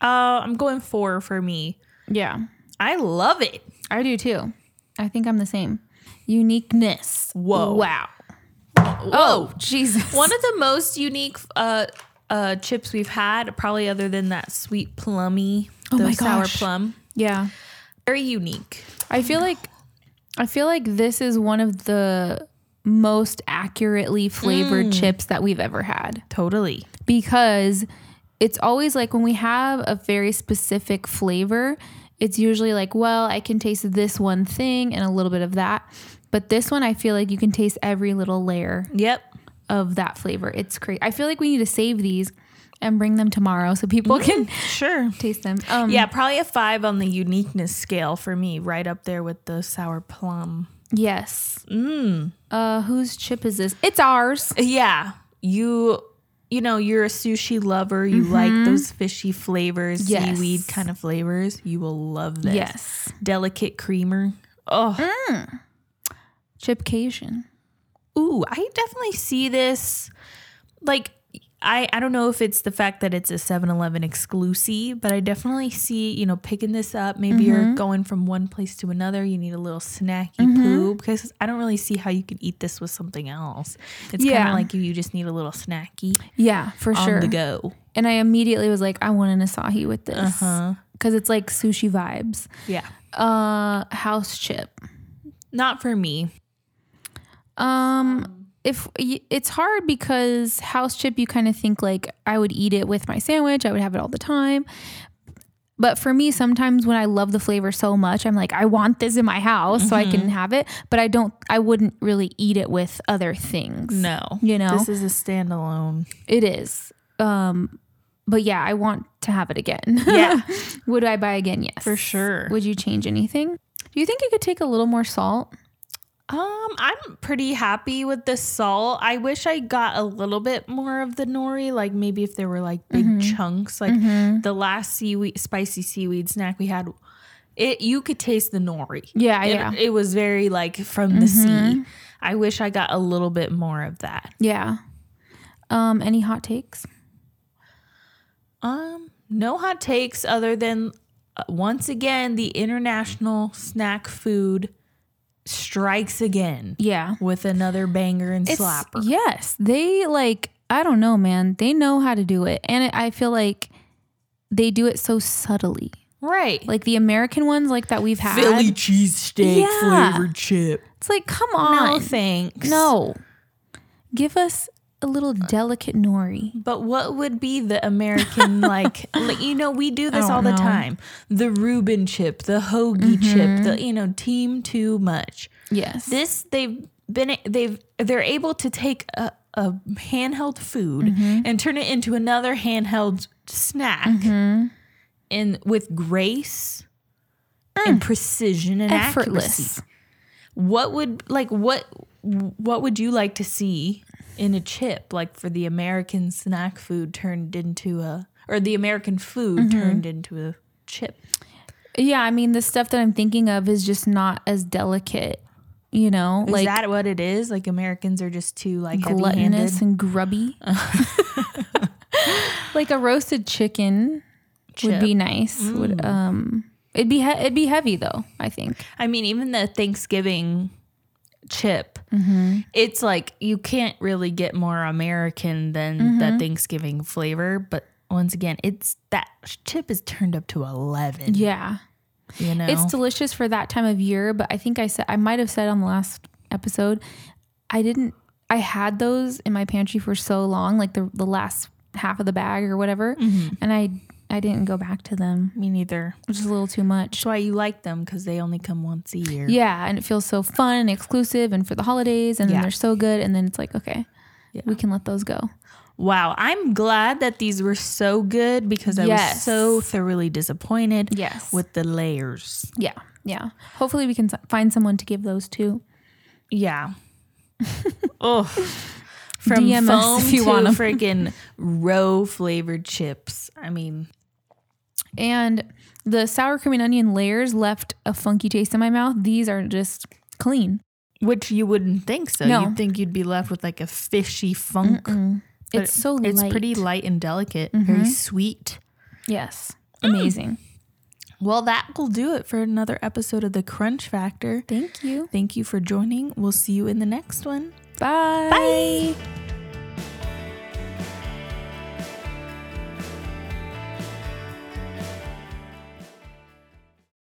Speaker 1: Uh, I'm going four for me.
Speaker 2: Yeah.
Speaker 1: I love it.
Speaker 2: I do too. I think I'm the same. Uniqueness.
Speaker 1: Whoa.
Speaker 2: Wow. Oh.
Speaker 1: Whoa.
Speaker 2: Jesus.
Speaker 1: One of the most unique uh, uh, chips we've had, probably other than that sweet plummy,
Speaker 2: Oh
Speaker 1: the
Speaker 2: my
Speaker 1: sour
Speaker 2: gosh.
Speaker 1: plum.
Speaker 2: Yeah.
Speaker 1: Very unique.
Speaker 2: I feel like I feel like this is one of the most accurately flavored
Speaker 1: Mm.
Speaker 2: chips that we've ever had
Speaker 1: Totally.
Speaker 2: because it's always like when we have a very specific flavor, it's usually like, well, I can taste this one thing and a little bit of that. But this one, I feel like you can taste every little layer
Speaker 1: Yep.
Speaker 2: of that flavor. It's crazy. I feel like we need to save these and bring them tomorrow so people can
Speaker 1: Sure.
Speaker 2: taste them. Um,
Speaker 1: Yeah, probably a five on the uniqueness scale for me, right up there with the sour plum.
Speaker 2: Yes. Mm. Uh, whose chip is this? It's ours.
Speaker 1: Yeah, you you know, you're a sushi lover, you like
Speaker 2: Mhm.
Speaker 1: those fishy flavors,
Speaker 2: Yes.
Speaker 1: seaweed kind of flavors, you will love this.
Speaker 2: Yes.
Speaker 1: Delicate creamer. Oh,
Speaker 2: Mm. Chipcation.
Speaker 1: ooh, I definitely see this. Like, I, I don't know if it's the fact that it's a 7 Eleven exclusive, but I definitely see, you know, picking this up. Maybe you're going from one place to another. You need a little snacky poo because I don't really see how you could eat this with something else. It's kind
Speaker 2: Yeah.
Speaker 1: of like you just need a little snacky
Speaker 2: Yeah, for
Speaker 1: on
Speaker 2: sure.
Speaker 1: the go.
Speaker 2: And I immediately was like, I want an Asahi with
Speaker 1: Uh
Speaker 2: this.
Speaker 1: huh.
Speaker 2: Because it's like sushi vibes.
Speaker 1: Yeah.
Speaker 2: Uh, house chip.
Speaker 1: Not for me.
Speaker 2: Um, if y- it's hard because house chip, you kind of think like I would eat it with my sandwich. I would have it all the time. But for me, sometimes when I love the flavor so much, I'm like, I want this in my house so I
Speaker 1: Mm-hmm.
Speaker 2: can have it. But I don't. I wouldn't really eat it with other things.
Speaker 1: No.
Speaker 2: You know?
Speaker 1: This is a standalone.
Speaker 2: It is. Um, but yeah, I want to have it again.
Speaker 1: Yeah.
Speaker 2: Would I buy again? Yes.
Speaker 1: For sure.
Speaker 2: Would you change anything? Do you think it could take a little more salt?
Speaker 1: Um, I'm pretty happy with the salt. I wish I got a little bit more of the nori, like maybe if there were like big
Speaker 2: Mm-hmm.
Speaker 1: chunks, like the last seaweed spicy seaweed snack we had, it you could taste the nori.
Speaker 2: Yeah,
Speaker 1: It-
Speaker 2: yeah. Mm-hmm.
Speaker 1: It, was very like from the sea. I wish I got a little bit more of that.
Speaker 2: Yeah. Um, any hot takes?
Speaker 1: Um, no hot takes other than uh, once again the international snack food strikes again.
Speaker 2: Yeah.
Speaker 1: with another banger and
Speaker 2: It's-
Speaker 1: slapper.
Speaker 2: Yes. They like, I don't know, man. They know how to do it. And it, I feel like they do it so subtly.
Speaker 1: Right.
Speaker 2: Like the American ones like that we've had.
Speaker 1: cheesesteak
Speaker 2: Yeah.
Speaker 1: chip.
Speaker 2: It's like, come
Speaker 1: No
Speaker 2: on.
Speaker 1: thanks.
Speaker 2: No. Give us a little delicate nori.
Speaker 1: But what would be the American like? li- you know, we do this
Speaker 2: don't
Speaker 1: all the
Speaker 2: know. Mm-hmm.
Speaker 1: time. The Reuben chip, the hoagie chip, the you know, team too much.
Speaker 2: Yes.
Speaker 1: This they've been they've they're able to take a, a handheld food
Speaker 2: Mm-hmm.
Speaker 1: and turn it into another handheld snack,
Speaker 2: Mm-hmm.
Speaker 1: and with grace and precision and accuracy.
Speaker 2: Effortless.
Speaker 1: what would like what what would you like to see in a chip like for the american snack food turned into a or the american food turned into a chip
Speaker 2: Yeah. I mean, the stuff that I'm thinking of is just not as delicate, you know,
Speaker 1: is
Speaker 2: like
Speaker 1: that what it is like americans are just too like heavy-handed
Speaker 2: gluttonous and grubby. like a roasted chicken would be nice. Would um it'd be he- it'd be heavy though, I think.
Speaker 1: i mean even the thanksgiving chip it's like you can't really get more american than the thanksgiving flavor but once again it's that chip is turned up to 11
Speaker 2: Yeah.
Speaker 1: you know
Speaker 2: It's delicious for that time of year, but I think I said I might have said on the last episode I didn't I had those in my pantry for so long, like the the last half of the bag or whatever, and I I didn't go back to them.
Speaker 1: me neither
Speaker 2: It was just a little too much.
Speaker 1: That's why you like them because they only come once a year.
Speaker 2: Yeah, and it feels so fun and exclusive and for the holidays and
Speaker 1: Yeah.
Speaker 2: then they're so good and then it's like, okay, we can let those go.
Speaker 1: Wow. I'm glad that these were so good because I was
Speaker 2: Yes.
Speaker 1: so thoroughly disappointed
Speaker 2: Yes.
Speaker 1: with the layers.
Speaker 2: Yeah, yeah. Hopefully, we can s- find someone to give those to.
Speaker 1: Yeah. oh. From
Speaker 2: DM us
Speaker 1: foam
Speaker 2: if you
Speaker 1: to
Speaker 2: want 'em.
Speaker 1: freaking roe flavored chips. I mean,
Speaker 2: And the sour cream and onion layers left a funky taste in my mouth. These are just clean.
Speaker 1: which you wouldn't think so.
Speaker 2: No.
Speaker 1: You'd think you'd be left with like a fishy funk. but
Speaker 2: It's so
Speaker 1: It's
Speaker 2: light.
Speaker 1: pretty light Mm-hmm. and delicate, very sweet.
Speaker 2: Yes,
Speaker 1: Mm.
Speaker 2: amazing.
Speaker 1: Well, that will do it for another episode of the Crunch Factor.
Speaker 2: Thank you.
Speaker 1: Thank you for joining. We'll see you in the next one.
Speaker 2: Bye. Bye.